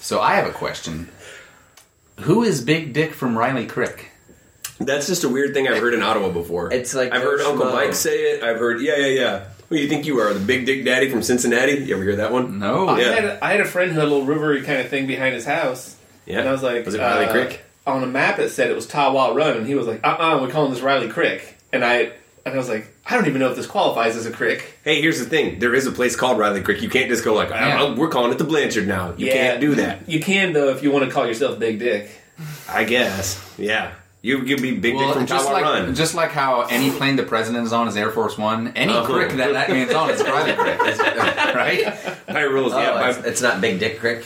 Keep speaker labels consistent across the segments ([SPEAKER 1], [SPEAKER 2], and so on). [SPEAKER 1] So I have a question. Who is Big Dick from Riley Crick?
[SPEAKER 2] That's just a weird thing I've heard in Ottawa before.
[SPEAKER 3] It's like
[SPEAKER 2] I've heard
[SPEAKER 3] Joe
[SPEAKER 2] Uncle
[SPEAKER 3] Schmo.
[SPEAKER 2] Mike say it. I've heard yeah, yeah, yeah. Who you think you are, the Big Dick Daddy from Cincinnati? You ever hear that one?
[SPEAKER 1] No.
[SPEAKER 2] Oh, Yeah.
[SPEAKER 4] I, had a, I had a friend who had a little rivery kind of thing behind his house.
[SPEAKER 2] Yeah.
[SPEAKER 4] And I was like,
[SPEAKER 2] was it Riley
[SPEAKER 4] uh,
[SPEAKER 2] Creek?
[SPEAKER 4] On a map, it said it was Tawa Run, and he was like, uh uh-uh, uh, we are calling this Riley Crick. And I and I was like, I don't even know if this qualifies as a crick.
[SPEAKER 2] Hey, here's the thing. There is a place called Riley Creek. You can't just go like,
[SPEAKER 1] Yeah.
[SPEAKER 2] oh, we're calling it the Blanchard now. You
[SPEAKER 4] Yeah.
[SPEAKER 2] can't do that.
[SPEAKER 4] You can, though, if you want to call yourself Big Dick.
[SPEAKER 2] I guess. Yeah. You you'd be Big
[SPEAKER 1] Well,
[SPEAKER 2] Dick from
[SPEAKER 1] just
[SPEAKER 2] Tawa
[SPEAKER 1] like,
[SPEAKER 2] Run.
[SPEAKER 1] just like how any plane the president is on is Air Force One, any
[SPEAKER 2] Uh-huh.
[SPEAKER 1] crick that that man's on is Riley Crick, right?
[SPEAKER 2] By rules,
[SPEAKER 3] Oh,
[SPEAKER 2] yeah. by-
[SPEAKER 3] it's, it's not Big Dick Crick.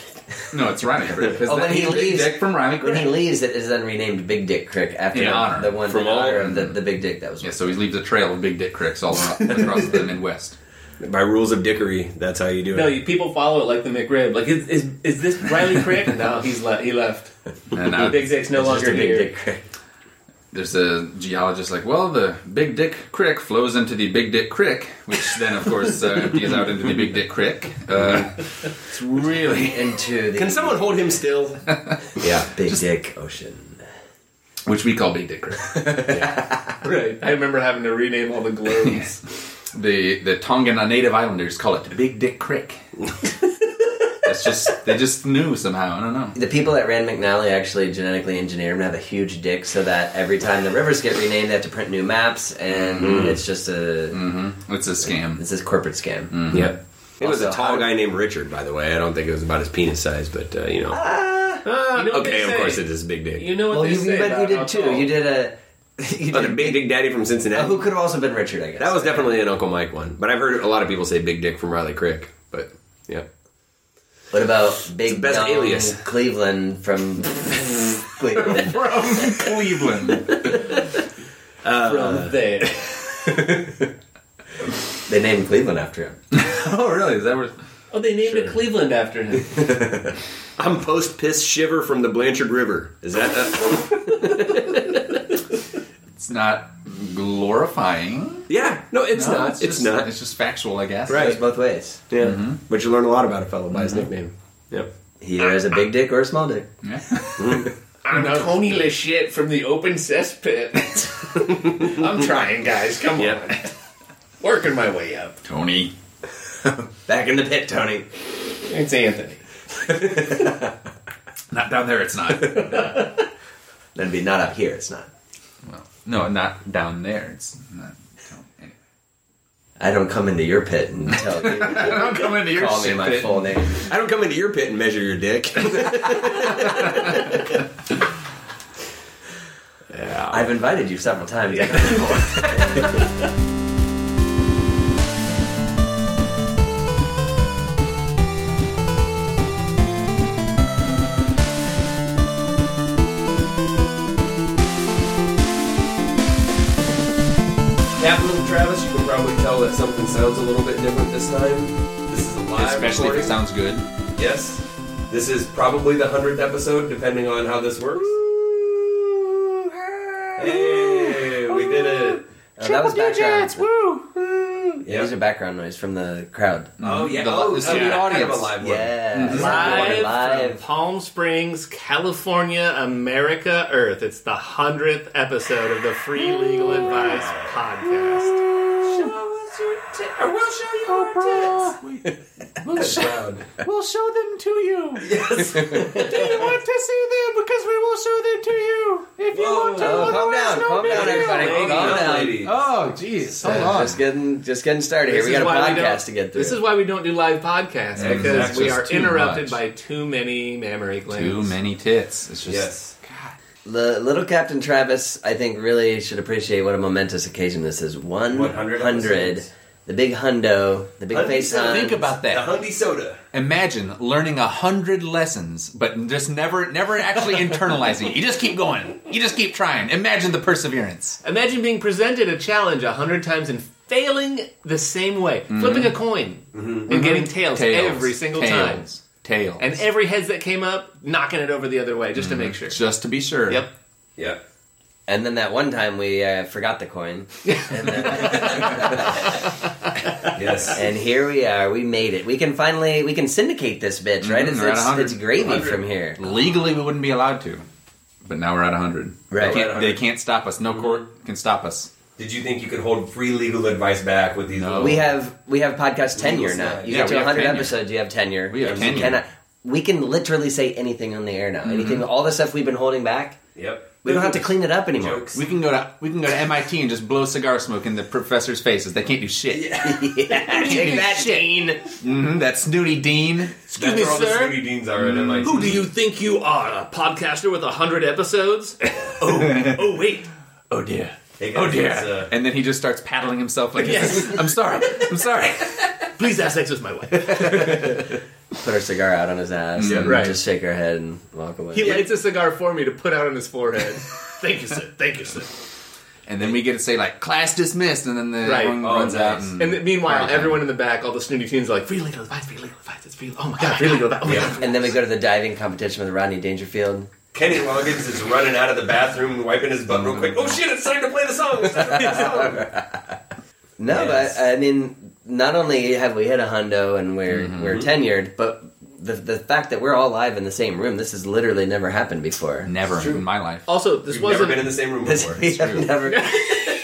[SPEAKER 1] No, it's Riley Crick. 'cause
[SPEAKER 3] Oh, when
[SPEAKER 1] that-
[SPEAKER 3] he
[SPEAKER 1] he's Big
[SPEAKER 3] leaves-
[SPEAKER 1] Dick from Riley
[SPEAKER 3] When he
[SPEAKER 1] Crick.
[SPEAKER 3] leaves, it is then renamed Big Dick Crick after
[SPEAKER 1] In
[SPEAKER 3] the,
[SPEAKER 1] honor.
[SPEAKER 3] the one
[SPEAKER 2] From
[SPEAKER 3] in
[SPEAKER 2] all-
[SPEAKER 3] honor of the, the Big Dick that was.
[SPEAKER 1] Yeah, so he leaves a trail of Big Dick Cricks all around, across the Midwest.
[SPEAKER 2] by rules of dickery, that's how you do it.
[SPEAKER 4] No, you, people follow it like the McRib. Like, is, is, is this Riley Crick? no, he's le- he left.
[SPEAKER 1] And uh,
[SPEAKER 4] Big Dick's no
[SPEAKER 3] It's just
[SPEAKER 4] longer
[SPEAKER 3] a Big
[SPEAKER 4] here.
[SPEAKER 3] Dick Crick.
[SPEAKER 1] there's a geologist like, well, the Big Dick Crick flows into the Big Dick Crick, which then, of course, uh, empties out into the Big Dick Crick. Uh, it's really,
[SPEAKER 3] Into the
[SPEAKER 2] Can someone hold him still?
[SPEAKER 3] yeah Big Dick Ocean.
[SPEAKER 1] which we call Big Dick Crick.
[SPEAKER 4] Right. I remember having to rename all the globes.
[SPEAKER 1] the the Tongan native islanders call it Big Dick Crick. That's just they just knew somehow. I don't know.
[SPEAKER 3] The people that ran McNally actually genetically engineered him to have a huge dick, so that every time the rivers get renamed, they have to print new maps, and it's just a
[SPEAKER 1] It's a scam.
[SPEAKER 3] it's a corporate scam.
[SPEAKER 2] Yep. It was a
[SPEAKER 3] Also,
[SPEAKER 2] tall
[SPEAKER 3] how-
[SPEAKER 2] guy named Richard, by the way. I don't think it was about his penis size, but uh, you know.
[SPEAKER 4] Ah, you know what
[SPEAKER 2] okay,
[SPEAKER 4] they
[SPEAKER 2] of
[SPEAKER 4] say.
[SPEAKER 2] course it is big dick.
[SPEAKER 4] You know what
[SPEAKER 3] Well,
[SPEAKER 4] they
[SPEAKER 3] you,
[SPEAKER 4] say
[SPEAKER 3] but you
[SPEAKER 4] about
[SPEAKER 3] did
[SPEAKER 4] how
[SPEAKER 3] too.
[SPEAKER 4] tall-
[SPEAKER 3] You did a. You
[SPEAKER 2] oh,
[SPEAKER 3] did
[SPEAKER 2] the Big Oh, Dick Daddy from Cincinnati.
[SPEAKER 3] Who could have also been Richard? I guess
[SPEAKER 2] That was definitely an Uncle Mike one, but I've heard a lot of people say Big Dick from Riley Crick. But yeah,
[SPEAKER 3] What about Big
[SPEAKER 2] best
[SPEAKER 3] Dumb
[SPEAKER 2] alias.
[SPEAKER 3] Cleveland from Cleveland?
[SPEAKER 1] From Cleveland.
[SPEAKER 4] from there.
[SPEAKER 3] they named Cleveland after him.
[SPEAKER 1] oh, really? Is that where?
[SPEAKER 4] Oh, they named it Cleveland after him.
[SPEAKER 2] I'm post piss shiver from the Blanchard River. Is that uh,
[SPEAKER 1] It's not glorifying.
[SPEAKER 2] yeah? No, it's
[SPEAKER 1] No,
[SPEAKER 2] not. It's,
[SPEAKER 1] just,
[SPEAKER 2] not.
[SPEAKER 1] It's just factual, I guess.
[SPEAKER 3] It goes both ways.
[SPEAKER 2] yeah, but you learn a lot about a fellow by his nickname. Mm-hmm. Yep.
[SPEAKER 3] He either has a big dick or a small dick.
[SPEAKER 1] Yeah.
[SPEAKER 4] I'm Tony Lachette from the open cesspit. I'm trying, guys. Come on.
[SPEAKER 2] Yep.
[SPEAKER 4] Working my way up.
[SPEAKER 1] Tony.
[SPEAKER 3] Back in the pit, Tony.
[SPEAKER 4] It's Anthony.
[SPEAKER 1] Not down there. It's not.
[SPEAKER 3] That'd be not up here. It's not.
[SPEAKER 1] well, no, not down there. It's not. Tony. Anyway.
[SPEAKER 3] I don't come into your pit and tell you.
[SPEAKER 1] I'm coming to your
[SPEAKER 3] Call me
[SPEAKER 1] shit
[SPEAKER 3] my
[SPEAKER 1] pit.
[SPEAKER 3] full name.
[SPEAKER 2] I don't come into your pit and measure your dick.
[SPEAKER 3] I've invited you several times. Uh,
[SPEAKER 2] That little Travis, you can probably tell that something sounds a little bit different this time. This is a live
[SPEAKER 1] Especially if it sounds good.
[SPEAKER 2] Yes. This is probably the 100th episode, depending on how this works. Hey, we did it.
[SPEAKER 1] Mm-hmm.
[SPEAKER 3] Uh, that was background.
[SPEAKER 2] Woo!
[SPEAKER 3] Yeah, These are background noise from the crowd.
[SPEAKER 2] Oh, yeah.
[SPEAKER 1] The-
[SPEAKER 2] oh,
[SPEAKER 1] this
[SPEAKER 2] I
[SPEAKER 1] is
[SPEAKER 2] mean,
[SPEAKER 1] the
[SPEAKER 2] kind of a
[SPEAKER 1] audience.
[SPEAKER 2] live one.
[SPEAKER 3] Yeah,
[SPEAKER 5] Live, from
[SPEAKER 3] live.
[SPEAKER 5] Palm Springs, California, America, Earth. It's the hundredth episode of the Free Legal Advice podcast.
[SPEAKER 2] That's loud.
[SPEAKER 5] We'll show them to you. Yes. Do you want to see them? Because we will show them to you. If you want to,
[SPEAKER 3] Oh, calm down, calm down, everybody.
[SPEAKER 2] Lady,
[SPEAKER 3] Calm down.
[SPEAKER 2] lady.
[SPEAKER 1] Oh, jeez. Hold
[SPEAKER 3] Uh, Just getting, just getting started here.
[SPEAKER 5] This
[SPEAKER 3] We
[SPEAKER 5] is
[SPEAKER 3] got a
[SPEAKER 5] why we
[SPEAKER 3] podcast
[SPEAKER 5] don't-
[SPEAKER 3] to get through.
[SPEAKER 5] This is why we don't do live podcasts because
[SPEAKER 1] Exactly.
[SPEAKER 5] we are
[SPEAKER 1] Just too
[SPEAKER 5] interrupted
[SPEAKER 1] much.
[SPEAKER 5] by too many mammary glands.
[SPEAKER 1] Too many tits. It's just.
[SPEAKER 2] Yes.
[SPEAKER 3] The little Captain Travis, I think, really should appreciate what a momentous occasion this is. One
[SPEAKER 2] 100
[SPEAKER 3] hundred,
[SPEAKER 2] episodes.
[SPEAKER 3] the big hundo, the big
[SPEAKER 2] Hundo,
[SPEAKER 3] face.
[SPEAKER 2] so
[SPEAKER 1] Think
[SPEAKER 5] Uh,
[SPEAKER 3] Huns.
[SPEAKER 1] about
[SPEAKER 2] The
[SPEAKER 1] that.
[SPEAKER 5] uh-huh.
[SPEAKER 2] Hundy Soda.
[SPEAKER 1] Imagine learning a hundred lessons, but just never, never actually internalizing it. You just keep going. You just keep trying. Imagine the perseverance.
[SPEAKER 5] Imagine being presented a challenge a hundred times and failing the same way, flipping a coin and getting tails, every single time.
[SPEAKER 1] tails, Tails.
[SPEAKER 5] And every heads that came up, knocking it over the other way just to make sure.
[SPEAKER 1] just to be sure.
[SPEAKER 5] Yep.
[SPEAKER 2] Yeah.
[SPEAKER 3] And then that one time we uh, forgot the coin. And, then-
[SPEAKER 6] Yes.
[SPEAKER 3] and here we are. We made it. We can finally we can syndicate this bitch, right?
[SPEAKER 1] Mhm,
[SPEAKER 3] It's
[SPEAKER 1] we're at
[SPEAKER 3] it's,
[SPEAKER 1] 100.
[SPEAKER 3] it's gravy
[SPEAKER 6] 100.
[SPEAKER 3] from here.
[SPEAKER 1] Legally, we wouldn't be allowed to, but now we're at 100.
[SPEAKER 3] Right.
[SPEAKER 1] They
[SPEAKER 6] We're at
[SPEAKER 1] can't,
[SPEAKER 6] 100.
[SPEAKER 1] they can't stop us.
[SPEAKER 2] Mm-hmm.
[SPEAKER 1] No court can stop us.
[SPEAKER 2] Did you think you could hold free legal advice back with these?
[SPEAKER 1] No.
[SPEAKER 2] little-
[SPEAKER 3] We have we have podcast tenure now.
[SPEAKER 2] side.
[SPEAKER 3] You
[SPEAKER 1] Yeah, Oh.
[SPEAKER 3] get
[SPEAKER 1] we
[SPEAKER 3] to
[SPEAKER 1] have
[SPEAKER 3] 100
[SPEAKER 1] tenure.
[SPEAKER 3] episodes, you have tenure.
[SPEAKER 1] We have
[SPEAKER 3] And
[SPEAKER 1] tenure. Mm-hmm.
[SPEAKER 3] You cannot, we can literally say anything on the air now. Anything, all the stuff we've been holding back,
[SPEAKER 2] Yep.
[SPEAKER 3] we don't have to clean it up anymore.
[SPEAKER 2] Jokes.
[SPEAKER 1] We can go to we can go to MIT and just blow cigar smoke in the professors' faces. They can't do shit.
[SPEAKER 3] yeah, take that, Dean.
[SPEAKER 1] hmm that snooty dean.
[SPEAKER 2] That's
[SPEAKER 4] me,
[SPEAKER 2] where all the
[SPEAKER 4] sir?
[SPEAKER 2] snooty deans are at MIT.
[SPEAKER 4] Who do you think you are, a podcaster with a hundred episodes? oh, oh wait.
[SPEAKER 1] Oh dear.
[SPEAKER 2] Hey, guys,
[SPEAKER 1] Oh dear.
[SPEAKER 2] it's, uh,
[SPEAKER 1] and then he just starts paddling himself like
[SPEAKER 4] Yes.
[SPEAKER 1] I'm sorry. I'm sorry.
[SPEAKER 4] Please have sex with my wife.
[SPEAKER 3] Put our cigar out on his ass and
[SPEAKER 4] right.
[SPEAKER 3] just shake our head and walk away.
[SPEAKER 4] He lights a cigar for me to put out on his forehead. Thank you, sir. Thank you, sir.
[SPEAKER 1] And then we get to say like class dismissed, and then the
[SPEAKER 4] Right.
[SPEAKER 1] everyone
[SPEAKER 2] Oh,
[SPEAKER 1] runs
[SPEAKER 2] nice.
[SPEAKER 1] out. And,
[SPEAKER 4] And then meanwhile,
[SPEAKER 1] Right.
[SPEAKER 4] everyone in the back, all the snooty teens, are like free legal advice, free legal advice. It's free. Oh my god, free legal advice. Oh my god.
[SPEAKER 3] And then we go to the diving competition with Rodney Dangerfield.
[SPEAKER 2] Kenny Loggins is running out of the bathroom, wiping his butt
[SPEAKER 1] Mm.
[SPEAKER 2] real quick. Oh shit! It's time to play the song. It's time to play the song.
[SPEAKER 3] No,
[SPEAKER 2] Yes.
[SPEAKER 3] but I mean, not only have we hit a hundo and we're we're tenured, but the the fact that we're all live in the same room, this has literally never happened before.
[SPEAKER 1] Never in my life.
[SPEAKER 4] Also, this
[SPEAKER 2] We've never
[SPEAKER 4] wasn't
[SPEAKER 2] been in the same room
[SPEAKER 3] This,
[SPEAKER 2] before.
[SPEAKER 3] we have never,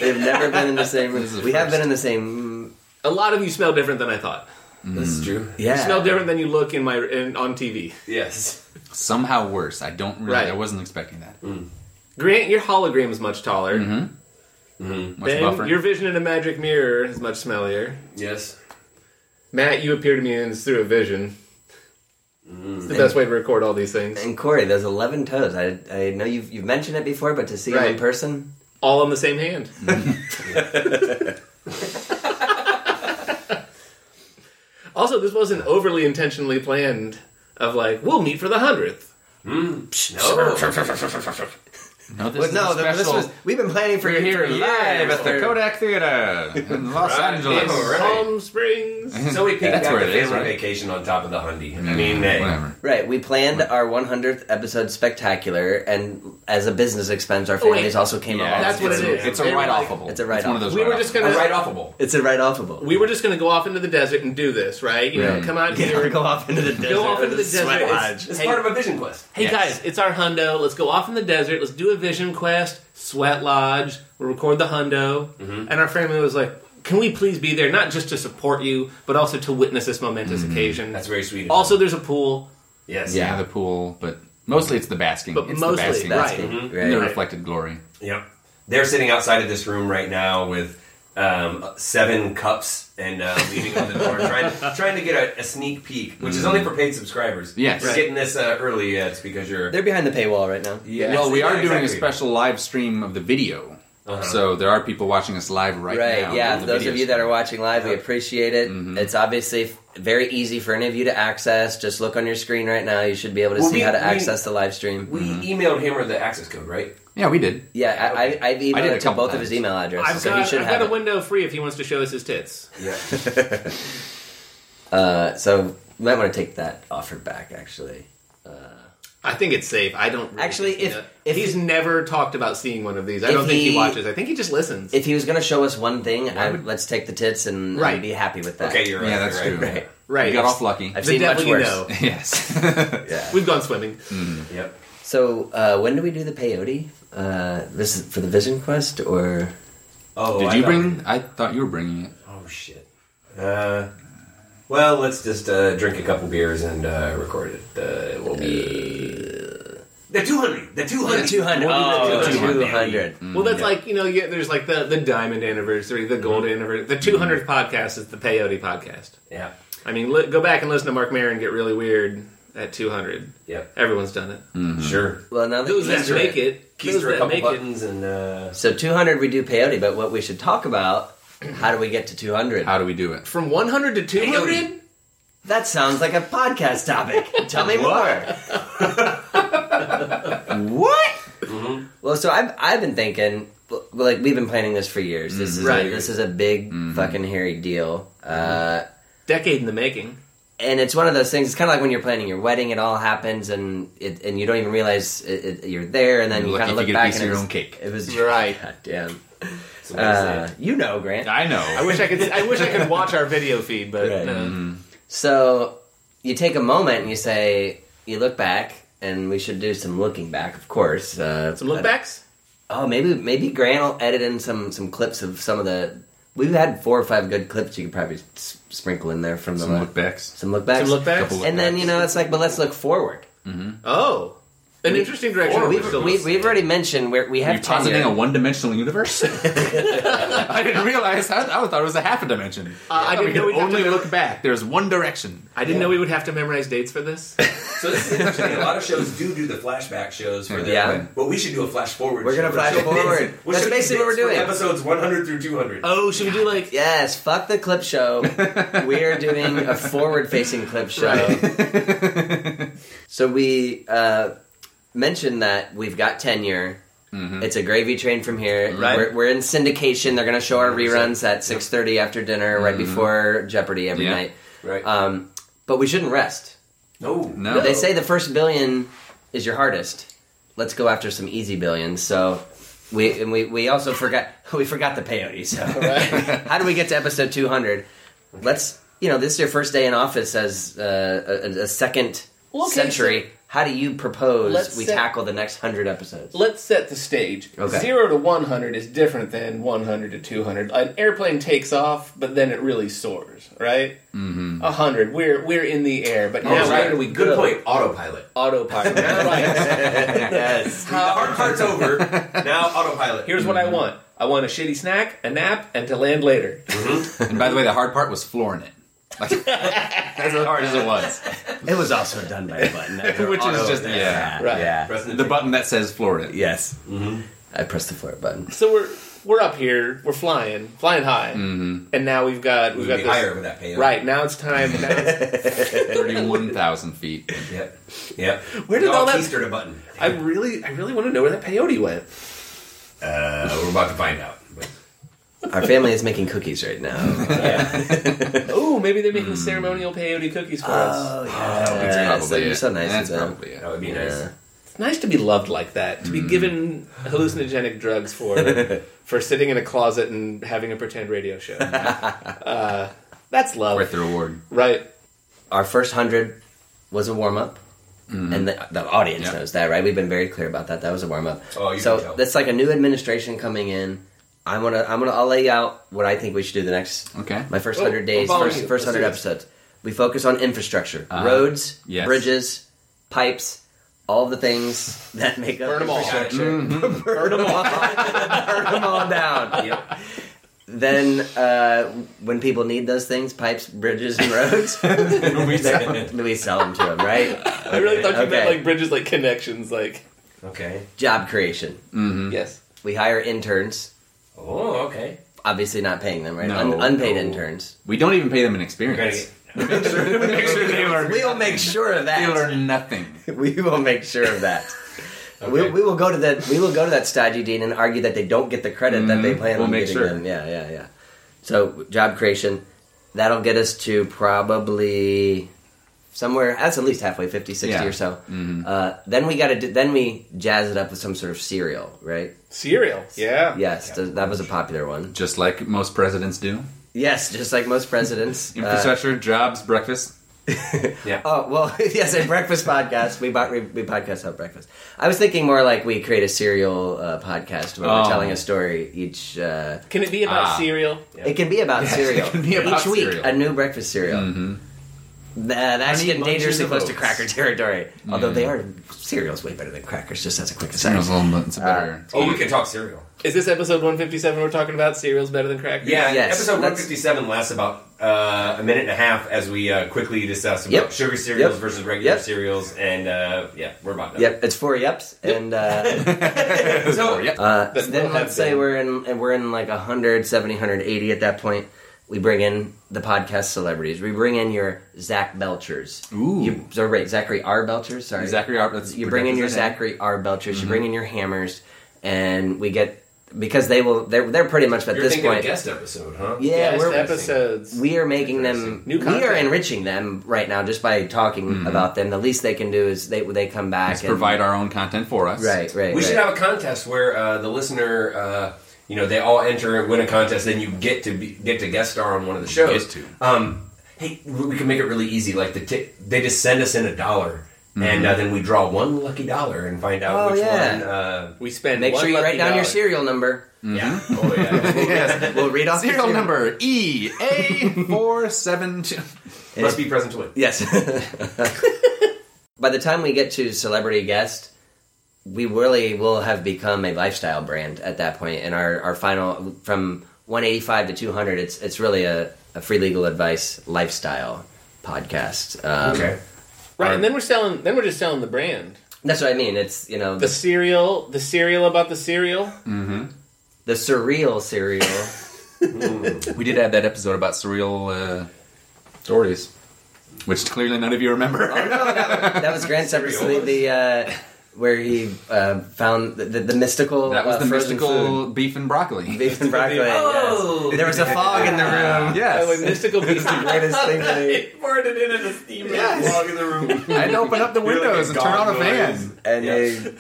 [SPEAKER 3] they've never been in the same room.
[SPEAKER 1] This is
[SPEAKER 3] We have
[SPEAKER 1] first.
[SPEAKER 3] been in the same.
[SPEAKER 4] a lot of you smell different than I thought.
[SPEAKER 2] This
[SPEAKER 1] Mm.
[SPEAKER 2] is true.
[SPEAKER 3] Yeah,
[SPEAKER 4] You smell different than you look in my in, on TV.
[SPEAKER 2] Yes.
[SPEAKER 1] Somehow worse. I don't really.
[SPEAKER 4] Right.
[SPEAKER 1] I wasn't expecting that.
[SPEAKER 2] Mm.
[SPEAKER 4] Grant, your hologram is much taller.
[SPEAKER 1] Mm-hmm, Much buffer.
[SPEAKER 4] Ben, your vision in a magic mirror is much smellier.
[SPEAKER 2] Yes.
[SPEAKER 4] Matt, you appear to me in through a vision. It's
[SPEAKER 1] Mm.
[SPEAKER 4] the best way to record all these things.
[SPEAKER 3] And Corey, those eleven toes. I, I know you've you've mentioned it before, but to see them
[SPEAKER 4] Right.
[SPEAKER 3] in person,
[SPEAKER 4] All on the same hand.
[SPEAKER 1] Mm-hmm.
[SPEAKER 4] also, this wasn't overly intentionally planned. Of like, we'll meet for the hundredth.
[SPEAKER 2] No.
[SPEAKER 1] no, this
[SPEAKER 3] But
[SPEAKER 1] is
[SPEAKER 3] no,
[SPEAKER 1] a
[SPEAKER 3] the- this
[SPEAKER 1] special.
[SPEAKER 3] was we've been planning for
[SPEAKER 1] We're here
[SPEAKER 3] for years.
[SPEAKER 1] live at the
[SPEAKER 3] We're-
[SPEAKER 1] Kodak Theater in Los
[SPEAKER 2] Right.
[SPEAKER 1] Angeles.
[SPEAKER 2] Yeah, Oh, right.
[SPEAKER 4] Palm Springs.
[SPEAKER 1] Mm-hmm.
[SPEAKER 2] So we picked
[SPEAKER 1] That's
[SPEAKER 2] out
[SPEAKER 1] where
[SPEAKER 2] the
[SPEAKER 1] it is,
[SPEAKER 2] family
[SPEAKER 1] right? Mm,
[SPEAKER 2] vacation on top of the Hyundai. I mean, hey.
[SPEAKER 1] whatever.
[SPEAKER 3] Right, we planned our 100th episode spectacular, and as a business expense, our
[SPEAKER 4] Oh, wait.
[SPEAKER 3] families also came along.
[SPEAKER 4] that's what
[SPEAKER 1] it's
[SPEAKER 4] it
[SPEAKER 1] a-
[SPEAKER 4] is.
[SPEAKER 1] It's a
[SPEAKER 4] They were like-
[SPEAKER 1] write-offable.
[SPEAKER 3] It's a
[SPEAKER 1] one of those
[SPEAKER 4] We were just
[SPEAKER 1] write-offs.
[SPEAKER 2] Right
[SPEAKER 4] gonna
[SPEAKER 2] offable.
[SPEAKER 3] It's a write-offable.
[SPEAKER 4] We were just going to go off into the desert and do this, right? You know,
[SPEAKER 1] Right.
[SPEAKER 4] come out here,
[SPEAKER 3] go off into the desert.
[SPEAKER 4] go off into the
[SPEAKER 3] with a sweat
[SPEAKER 4] desert.
[SPEAKER 3] lodge.
[SPEAKER 2] It's
[SPEAKER 4] Hey,
[SPEAKER 2] part of a vision quest.
[SPEAKER 4] hey
[SPEAKER 1] Yes.
[SPEAKER 4] guys, it's our hundo. Let's go off in the desert. Let's do a vision quest, sweat lodge. We'll record the hundo. And our family was like, "Can we please be there? Not just to support you, but also to witness this momentous occasion."
[SPEAKER 2] That's very sweet. of
[SPEAKER 4] also, there's a pool.
[SPEAKER 2] you. yes.
[SPEAKER 1] Yeah, the pool, but mostly it's the basking.
[SPEAKER 4] But
[SPEAKER 1] it's
[SPEAKER 4] mostly
[SPEAKER 1] the basking.
[SPEAKER 4] that.
[SPEAKER 3] That's
[SPEAKER 4] Right.
[SPEAKER 3] good,
[SPEAKER 1] And the
[SPEAKER 3] right.
[SPEAKER 1] reflected glory.
[SPEAKER 2] Yep. They're sitting outside of this room right now with um, seven cups and uh, leaning on the door, trying trying to get a, a sneak peek, which is only for paid subscribers.
[SPEAKER 1] Mm. Yes.
[SPEAKER 2] You're getting this uh, early. Uh, it's because you're.
[SPEAKER 3] They're behind the paywall right now.
[SPEAKER 2] Yes.
[SPEAKER 1] well, we
[SPEAKER 2] Yeah,
[SPEAKER 1] are doing a
[SPEAKER 2] exactly.
[SPEAKER 1] special live stream of the video.
[SPEAKER 2] Uh-huh.
[SPEAKER 1] So there are people watching us live right,
[SPEAKER 3] Right,
[SPEAKER 1] now.
[SPEAKER 3] yeah.
[SPEAKER 1] on the
[SPEAKER 3] Those
[SPEAKER 1] video
[SPEAKER 3] of you that
[SPEAKER 1] stream.
[SPEAKER 3] are watching live, we appreciate it. It's obviously f- very easy for any of you to access. Just look on your screen right now. You should be able to
[SPEAKER 2] Well,
[SPEAKER 3] see
[SPEAKER 2] we-
[SPEAKER 3] how to
[SPEAKER 2] we-
[SPEAKER 3] access the live
[SPEAKER 1] Mm-hmm.
[SPEAKER 3] stream.
[SPEAKER 2] We emailed him or the access code, right?
[SPEAKER 1] Yeah, we did.
[SPEAKER 3] yeah, I, I, I've
[SPEAKER 1] I did
[SPEAKER 3] emailed
[SPEAKER 1] a
[SPEAKER 3] it to
[SPEAKER 1] couple
[SPEAKER 3] both of his
[SPEAKER 1] times.
[SPEAKER 3] email addresses,
[SPEAKER 4] I've
[SPEAKER 3] so he
[SPEAKER 4] got,
[SPEAKER 3] should
[SPEAKER 4] I've
[SPEAKER 3] have
[SPEAKER 4] got a
[SPEAKER 3] it.
[SPEAKER 4] window free if he wants to show us his tits.
[SPEAKER 2] Yeah.
[SPEAKER 3] Uh, so you might want to take that offer back, actually.
[SPEAKER 4] I think it's safe. I don't really
[SPEAKER 3] Actually,
[SPEAKER 4] think he
[SPEAKER 3] if-
[SPEAKER 4] does.
[SPEAKER 3] if-
[SPEAKER 4] he's never talked about seeing one of these, I
[SPEAKER 3] If
[SPEAKER 4] don't think he,
[SPEAKER 3] he-
[SPEAKER 4] watches. I think he just listens.
[SPEAKER 3] If he was going to show us one thing, I
[SPEAKER 1] would-
[SPEAKER 3] would, let's take the tits and, and
[SPEAKER 4] Right.
[SPEAKER 3] be happy with that.
[SPEAKER 2] Okay, you're right.
[SPEAKER 1] yeah, that's
[SPEAKER 2] you're
[SPEAKER 1] true.
[SPEAKER 2] right.
[SPEAKER 4] right?
[SPEAKER 1] We got off lucky.
[SPEAKER 3] I've Oh,
[SPEAKER 4] The
[SPEAKER 3] seen much
[SPEAKER 4] devil you
[SPEAKER 3] worse.
[SPEAKER 4] know.
[SPEAKER 1] yes.
[SPEAKER 3] Yeah.
[SPEAKER 4] We've gone swimming.
[SPEAKER 2] Yep.
[SPEAKER 3] So uh, when do we do the peyote? Uh, this is for the Vision Quest, or
[SPEAKER 2] Oh,
[SPEAKER 1] Did
[SPEAKER 2] I
[SPEAKER 1] you
[SPEAKER 2] got it.
[SPEAKER 1] bring? I thought you were bringing it.
[SPEAKER 2] Oh shit. Uh, well, let's just uh, drink a couple beers and uh, record it. Uh, it will be the two hundred. The two hundred.
[SPEAKER 3] two hundred? Oh,
[SPEAKER 2] the 200.
[SPEAKER 3] two hundred.
[SPEAKER 7] Mm,
[SPEAKER 4] Well, that's like you know, yeah, there's like the the diamond anniversary, the gold
[SPEAKER 7] Mm-hmm.
[SPEAKER 4] anniversary, the 200th podcast is the peyote podcast.
[SPEAKER 2] Yeah.
[SPEAKER 4] I mean, li- go back and listen to Mark Maron get really weird at 200.
[SPEAKER 2] Yep.
[SPEAKER 4] Everyone's done it.
[SPEAKER 7] Mm-hmm.
[SPEAKER 3] Mm-hmm.
[SPEAKER 2] Sure.
[SPEAKER 3] Well, now that
[SPEAKER 4] Those
[SPEAKER 3] you
[SPEAKER 4] that
[SPEAKER 3] mention
[SPEAKER 4] make
[SPEAKER 3] it.
[SPEAKER 4] it,
[SPEAKER 2] Keys
[SPEAKER 4] those
[SPEAKER 2] for a
[SPEAKER 4] that
[SPEAKER 2] couple
[SPEAKER 4] make it.
[SPEAKER 2] buttons and uh,
[SPEAKER 3] So two hundred, we do peyote. But what we should talk about? How do we get to two hundred?
[SPEAKER 1] How do we do it?
[SPEAKER 4] From 100 to 200?
[SPEAKER 3] That sounds like a podcast topic. Tell me more.
[SPEAKER 1] What?
[SPEAKER 3] Well, so I've I've been thinking, well, like we've been planning this for years. This is
[SPEAKER 4] Right.
[SPEAKER 1] Mm-hmm.
[SPEAKER 3] a, this is a big fucking hairy deal. Uh,
[SPEAKER 4] Decade in the making.
[SPEAKER 3] and it's one of those things. It's kind of like when you're planning your wedding; it all happens, and it, and you don't even realize it, it, you're there, and then
[SPEAKER 1] You're
[SPEAKER 3] you kind
[SPEAKER 1] lucky
[SPEAKER 3] of
[SPEAKER 1] if
[SPEAKER 3] look
[SPEAKER 1] you get a
[SPEAKER 3] back
[SPEAKER 1] piece of
[SPEAKER 3] and it
[SPEAKER 1] your
[SPEAKER 3] was,
[SPEAKER 1] own cake.
[SPEAKER 3] It was
[SPEAKER 7] Right.
[SPEAKER 3] God damn.
[SPEAKER 2] So what is
[SPEAKER 3] Uh,
[SPEAKER 2] it?
[SPEAKER 3] you know, Grant.
[SPEAKER 1] I know.
[SPEAKER 7] I wish I could. I wish I could watch our video feed, but uh,
[SPEAKER 3] Right.
[SPEAKER 7] no.
[SPEAKER 4] Mm-hmm.
[SPEAKER 3] So you take a moment and you say, you look back, and we should do some looking back, of course. Uh,
[SPEAKER 7] some look
[SPEAKER 3] but-
[SPEAKER 7] backs.
[SPEAKER 3] Oh, maybe maybe Grant will edit in some some clips of some of the. We've had four or five good clips you could probably s- sprinkle in there from the
[SPEAKER 1] Some
[SPEAKER 3] la-
[SPEAKER 1] lookbacks.
[SPEAKER 3] some look backs.
[SPEAKER 7] Some look backs.
[SPEAKER 1] Couple look-
[SPEAKER 3] and then you know it's like, but let's look forward.
[SPEAKER 7] Oh, an interesting direction.
[SPEAKER 3] We've,
[SPEAKER 7] We're still-
[SPEAKER 3] we've, we've already mentioned where we
[SPEAKER 1] Are
[SPEAKER 3] have
[SPEAKER 1] you positing
[SPEAKER 3] tenure.
[SPEAKER 1] a one-dimensional universe? I didn't realize. I, I thought it was a half a dimension.
[SPEAKER 7] I
[SPEAKER 1] thought
[SPEAKER 7] didn't
[SPEAKER 1] we
[SPEAKER 7] know
[SPEAKER 1] could
[SPEAKER 7] we'd have to
[SPEAKER 1] only
[SPEAKER 7] go-
[SPEAKER 1] look back. There's one direction.
[SPEAKER 7] I didn't know we would have to memorize dates for this.
[SPEAKER 2] So this is interesting. A lot of shows do do the flashback shows for their,
[SPEAKER 3] Yeah.
[SPEAKER 2] but we should do a flash forward.
[SPEAKER 3] We're gonna
[SPEAKER 2] show.
[SPEAKER 3] flash
[SPEAKER 2] We'll show
[SPEAKER 3] forward.
[SPEAKER 2] bits- we'll
[SPEAKER 3] That's
[SPEAKER 2] show
[SPEAKER 3] basically what
[SPEAKER 2] bits
[SPEAKER 3] we're
[SPEAKER 2] from
[SPEAKER 3] doing.
[SPEAKER 2] Episodes 100 through 200.
[SPEAKER 7] Oh, should we do like?
[SPEAKER 3] Yes, fuck the clip show. We're doing a forward-facing clip show. so we uh, mentioned that we've got tenure. It's a gravy train from here.
[SPEAKER 7] Right.
[SPEAKER 3] We're, we're in syndication. They're going to show our reruns at six thirty after dinner, right before Jeopardy every
[SPEAKER 1] Yeah.
[SPEAKER 3] night.
[SPEAKER 2] Right.
[SPEAKER 3] Um, but we shouldn't rest.
[SPEAKER 2] no.
[SPEAKER 1] No.
[SPEAKER 3] They say the first billion is your hardest. Let's go after some easy billions. So we and we, we also forgot we forgot the peyote. So how do we get to episode two hundred? Let's you know this is your first day in office as uh, a, a second
[SPEAKER 4] Well, okay,
[SPEAKER 3] century. how do you propose
[SPEAKER 4] Let's
[SPEAKER 3] we
[SPEAKER 4] set-
[SPEAKER 3] tackle the next hundred episodes?
[SPEAKER 4] Let's set the stage.
[SPEAKER 3] Okay.
[SPEAKER 4] Zero to 100 is different than 100 to 200. An airplane takes off, but then it really soars, right? Mm-hmm. 100, we're, we're in the air, but now
[SPEAKER 2] Oh,
[SPEAKER 4] we're
[SPEAKER 2] right.
[SPEAKER 4] in
[SPEAKER 2] We good point. Autopilot.
[SPEAKER 4] autopilot. right.
[SPEAKER 2] The hard part's over. Now autopilot.
[SPEAKER 4] Here's what I want I want a shitty snack, a nap, and to land later.
[SPEAKER 1] And by the way, the hard part was flooring it. Like, that's as hard as it was.
[SPEAKER 3] It was also done by a button,
[SPEAKER 1] Which is just- yeah.
[SPEAKER 4] Right.
[SPEAKER 3] yeah,
[SPEAKER 2] Pressing
[SPEAKER 1] The button that says floor it.
[SPEAKER 3] yes. I pressed the floor button.
[SPEAKER 4] So we're. We're up here. We're flying, flying high, and now we've got we've
[SPEAKER 2] We'd Mm-hmm.
[SPEAKER 4] got
[SPEAKER 2] be
[SPEAKER 4] this-
[SPEAKER 2] higher with that payout.
[SPEAKER 4] Right now it's time. Now it's,
[SPEAKER 1] 31,000 feet.
[SPEAKER 2] Yep. Yep.
[SPEAKER 4] Where did
[SPEAKER 2] Y'all
[SPEAKER 4] all that-
[SPEAKER 2] keistered a button?
[SPEAKER 4] I really, I really want to know where that peyote went.
[SPEAKER 2] Uh, we're about to find out. But uh,
[SPEAKER 3] Our family is making cookies right now.
[SPEAKER 4] Oh, maybe they're
[SPEAKER 2] Mm.
[SPEAKER 4] making ceremonial peyote cookies for
[SPEAKER 2] Uh,
[SPEAKER 4] us.
[SPEAKER 1] That's
[SPEAKER 3] Yes, that'd
[SPEAKER 1] probably
[SPEAKER 3] be
[SPEAKER 1] it.
[SPEAKER 3] Oh, so nice
[SPEAKER 1] That's
[SPEAKER 3] of them.
[SPEAKER 1] probably it.
[SPEAKER 2] that would be nice.
[SPEAKER 4] It's nice to be loved like that. To be
[SPEAKER 3] Mm.
[SPEAKER 4] given hallucinogenic drugs for for sitting in a closet and having a pretend radio show. uh, that's love,
[SPEAKER 1] Worth the reward.
[SPEAKER 4] right?
[SPEAKER 3] our first hundred was a warm up, and the, the audience
[SPEAKER 1] Mm-hmm. Yeah.
[SPEAKER 3] knows that, right? We've been very clear about that. That was a warm up.
[SPEAKER 2] Oh, you can
[SPEAKER 3] so
[SPEAKER 2] tell.
[SPEAKER 3] that's like a new administration coming in. I'm gonna, I'm gonna, I'll lay out what I think we should do the next,
[SPEAKER 1] Okay.
[SPEAKER 3] my first
[SPEAKER 4] Oh,
[SPEAKER 3] hundred
[SPEAKER 4] I'm
[SPEAKER 3] days,
[SPEAKER 4] following
[SPEAKER 3] first,
[SPEAKER 4] you.
[SPEAKER 3] first
[SPEAKER 4] Let's do
[SPEAKER 3] hundred
[SPEAKER 4] this.
[SPEAKER 3] episodes. We focus on infrastructure,
[SPEAKER 1] Uh-huh.
[SPEAKER 3] roads,
[SPEAKER 1] Yes.
[SPEAKER 3] bridges, pipes, all the things that make up
[SPEAKER 4] Burn them all.
[SPEAKER 3] infrastructure. Burn them all, burn them all down. Then, uh, when people need those things, pipes, bridges, and roads,
[SPEAKER 2] We second it.
[SPEAKER 3] we sell them to them, right?
[SPEAKER 4] I really thought you
[SPEAKER 3] Okay.
[SPEAKER 4] meant like bridges, like connections, like
[SPEAKER 2] Okay.
[SPEAKER 3] Job creation.
[SPEAKER 4] yes.
[SPEAKER 3] We hire interns,
[SPEAKER 2] Oh, okay.
[SPEAKER 3] obviously not paying them, right?
[SPEAKER 1] No,
[SPEAKER 3] Un- unpaid
[SPEAKER 1] no.
[SPEAKER 3] interns.
[SPEAKER 1] We don't even pay them an
[SPEAKER 2] Gonna
[SPEAKER 1] experience.
[SPEAKER 2] get-
[SPEAKER 1] Make sure they learn,
[SPEAKER 3] We'll make sure of
[SPEAKER 1] they
[SPEAKER 3] that.
[SPEAKER 1] learn nothing.
[SPEAKER 3] We will make sure of that. We,
[SPEAKER 2] Okay.
[SPEAKER 3] we will go to that. We will go to that stodgy dean and argue that they don't get the credit that they
[SPEAKER 1] Mhm.
[SPEAKER 3] plan
[SPEAKER 1] We'll
[SPEAKER 3] on
[SPEAKER 1] make
[SPEAKER 3] getting
[SPEAKER 1] sure.
[SPEAKER 3] them. Yeah, yeah, yeah. So job creation, that'll get us to probably somewhere. That's at least halfway, 50, 60
[SPEAKER 1] Yeah. Mm-hmm.
[SPEAKER 3] or so. Uh, then we got to. Then we jazz it up with some sort of cereal, right?
[SPEAKER 4] Cereal, yeah.
[SPEAKER 3] Yes, th- that was a popular one.
[SPEAKER 1] Just like most presidents do.
[SPEAKER 3] Uh, Yes, just like most presidents. uh,
[SPEAKER 1] Infrastructure, jobs, breakfast.
[SPEAKER 3] Oh well, yes, a breakfast podcast. We bought we, we podcast about breakfast. I was thinking more like we create a serial uh, podcast where
[SPEAKER 1] Oh.
[SPEAKER 3] we're telling a story each. Uh,
[SPEAKER 4] Can it be about
[SPEAKER 1] Ah.
[SPEAKER 4] cereal?
[SPEAKER 3] It can be about cereal.
[SPEAKER 1] it can be about
[SPEAKER 3] each week,
[SPEAKER 1] cereal. Mm-hmm.
[SPEAKER 3] a new breakfast cereal. Th- uh, that's
[SPEAKER 1] Honey
[SPEAKER 3] getting
[SPEAKER 1] Bunches
[SPEAKER 3] dangerously
[SPEAKER 1] of
[SPEAKER 3] close to
[SPEAKER 1] Oats. Mm.
[SPEAKER 3] cracker territory. Although they are cereals way better than crackers. Just as a quick aside.
[SPEAKER 1] Cereal's a little bit better.
[SPEAKER 2] Oh, we can talk cereal.
[SPEAKER 4] Is this episode one fifty seven? We're talking about cereals better than crackers.
[SPEAKER 2] Yeah,
[SPEAKER 3] Yes,
[SPEAKER 2] episode
[SPEAKER 3] let's-
[SPEAKER 2] 157 lasts about uh, a minute and a half as we uh, quickly discuss about
[SPEAKER 3] Yep.
[SPEAKER 2] sugar cereals
[SPEAKER 3] Yep.
[SPEAKER 2] versus regular
[SPEAKER 3] Yep.
[SPEAKER 2] cereals, and uh, yeah, we're about done.
[SPEAKER 3] Yep, it's four yups, and uh,
[SPEAKER 2] So,
[SPEAKER 1] Yep.
[SPEAKER 3] uh,
[SPEAKER 4] That will
[SPEAKER 3] then
[SPEAKER 4] have
[SPEAKER 3] let's say
[SPEAKER 4] been.
[SPEAKER 3] we're in and we're in like 170, 180 at that point. We bring in the podcast celebrities. We bring in your Zach Belchers.
[SPEAKER 1] Ooh.
[SPEAKER 3] You, so right, Zachary R. Belchers. Sorry,
[SPEAKER 1] Zachary Arbus.
[SPEAKER 3] You bring in your Zachary R. Belchers. You bring in your Hammers, and we get because they will. They're they're pretty much at
[SPEAKER 2] You're
[SPEAKER 3] this
[SPEAKER 2] thinking
[SPEAKER 3] point.
[SPEAKER 2] a guest episode, huh?
[SPEAKER 3] yeah,
[SPEAKER 4] Guest
[SPEAKER 3] we're
[SPEAKER 4] episodes.
[SPEAKER 3] we are making them.
[SPEAKER 4] New
[SPEAKER 3] we are
[SPEAKER 4] content.
[SPEAKER 3] enriching them right now just by talking about them. The least they can do is they they come back
[SPEAKER 1] Just
[SPEAKER 3] and
[SPEAKER 1] provide our own content for us.
[SPEAKER 3] Right, right.
[SPEAKER 2] We should
[SPEAKER 3] right.
[SPEAKER 2] have a contest where uh, the listener, uh, you know, they all enter and win a contest, then you get to be, get to guest star on one of the shows.
[SPEAKER 1] Get to.
[SPEAKER 2] Um, hey, we we can make it really easy. Like the tick, they just send us in a dollar,
[SPEAKER 1] Mm-hmm.
[SPEAKER 2] and uh, then we draw one lucky dollar and find out
[SPEAKER 3] Oh,
[SPEAKER 2] which
[SPEAKER 3] yeah.
[SPEAKER 2] one. Uh,
[SPEAKER 4] We spend
[SPEAKER 3] Make
[SPEAKER 4] one
[SPEAKER 3] sure you
[SPEAKER 4] lucky
[SPEAKER 3] write down
[SPEAKER 4] dollar.
[SPEAKER 3] your serial number.
[SPEAKER 1] Mm-hmm.
[SPEAKER 2] Yeah. Oh yeah.
[SPEAKER 1] yes.
[SPEAKER 3] We'll read off your
[SPEAKER 1] Serial number E A four seven two.
[SPEAKER 2] Must be present to win.
[SPEAKER 3] Yes. By the time we get to celebrity guest, we really will have become a lifestyle brand at that point. And our, our final from 185 to 200, it's it's really a, a free legal advice lifestyle podcast. Um,
[SPEAKER 2] Okay.
[SPEAKER 4] right, and then we're selling. Then we're just selling the brand.
[SPEAKER 3] That's what I mean. It's you know
[SPEAKER 4] The
[SPEAKER 3] the,
[SPEAKER 4] cereal, the cereal about the cereal.
[SPEAKER 3] the surreal serial.
[SPEAKER 1] We did have that episode about surreal uh, stories, which clearly none of you remember.
[SPEAKER 3] that was Grant Severson, the uh, where he uh, found the, the, the mystical
[SPEAKER 1] that was
[SPEAKER 3] uh,
[SPEAKER 1] the
[SPEAKER 3] frozen
[SPEAKER 1] mystical
[SPEAKER 3] food.
[SPEAKER 1] beef and broccoli.
[SPEAKER 3] beef and broccoli.
[SPEAKER 2] Oh,
[SPEAKER 3] yes. There was a fog in the room.
[SPEAKER 4] By the way,
[SPEAKER 1] Yes,
[SPEAKER 4] mystical beast.
[SPEAKER 3] Greatest thing that he-
[SPEAKER 2] It farted into the steam
[SPEAKER 1] Yes.
[SPEAKER 2] log in the room.
[SPEAKER 1] I'd open up the
[SPEAKER 2] You're like a
[SPEAKER 1] windows and turn on a
[SPEAKER 2] gong noise.
[SPEAKER 1] fan.
[SPEAKER 3] and
[SPEAKER 2] Yeah.
[SPEAKER 3] they-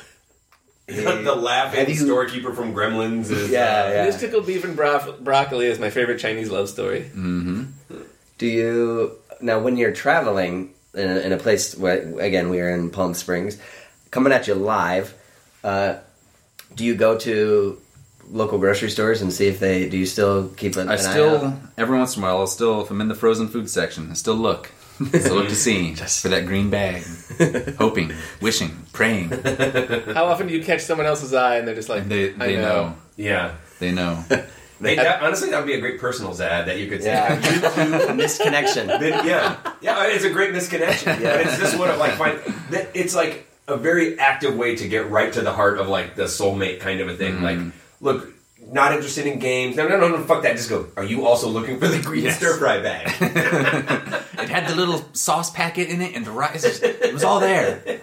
[SPEAKER 2] the laughing
[SPEAKER 3] Have you-
[SPEAKER 2] storekeeper from Gremlins is.
[SPEAKER 3] yeah,
[SPEAKER 2] uh,
[SPEAKER 3] yeah.
[SPEAKER 4] Mystical beef and bro- broccoli is my favorite Chinese love story.
[SPEAKER 3] Do you now when you're traveling in a, in a place where again we are in Palm Springs, coming at you live? Uh, do you go to local grocery stores and see if they do? You still keep an,
[SPEAKER 1] I
[SPEAKER 3] an eye out?
[SPEAKER 1] still, every once in a while, I'll still, if I'm in the frozen food section, I still look. still look to see for that green bag. Hoping, wishing, praying.
[SPEAKER 4] How often do you catch someone else's eye and they're just like,
[SPEAKER 1] They,
[SPEAKER 4] I
[SPEAKER 1] they know.
[SPEAKER 2] yeah.
[SPEAKER 1] They know.
[SPEAKER 2] They, that, honestly, that would be a great personals ad that you could.
[SPEAKER 3] yeah misconnection.
[SPEAKER 2] Then- yeah, yeah, it's a great misconnection. Yeah, it's just what it, like find. that- It's like a very active way to get right to the heart of like the soulmate kind of a thing. Like, look, not interested in games. No, no, no, no. Fuck that. Just go. Are you also looking for the green stir fry bag?
[SPEAKER 1] It had the little sauce packet in it and the rice. It was all there.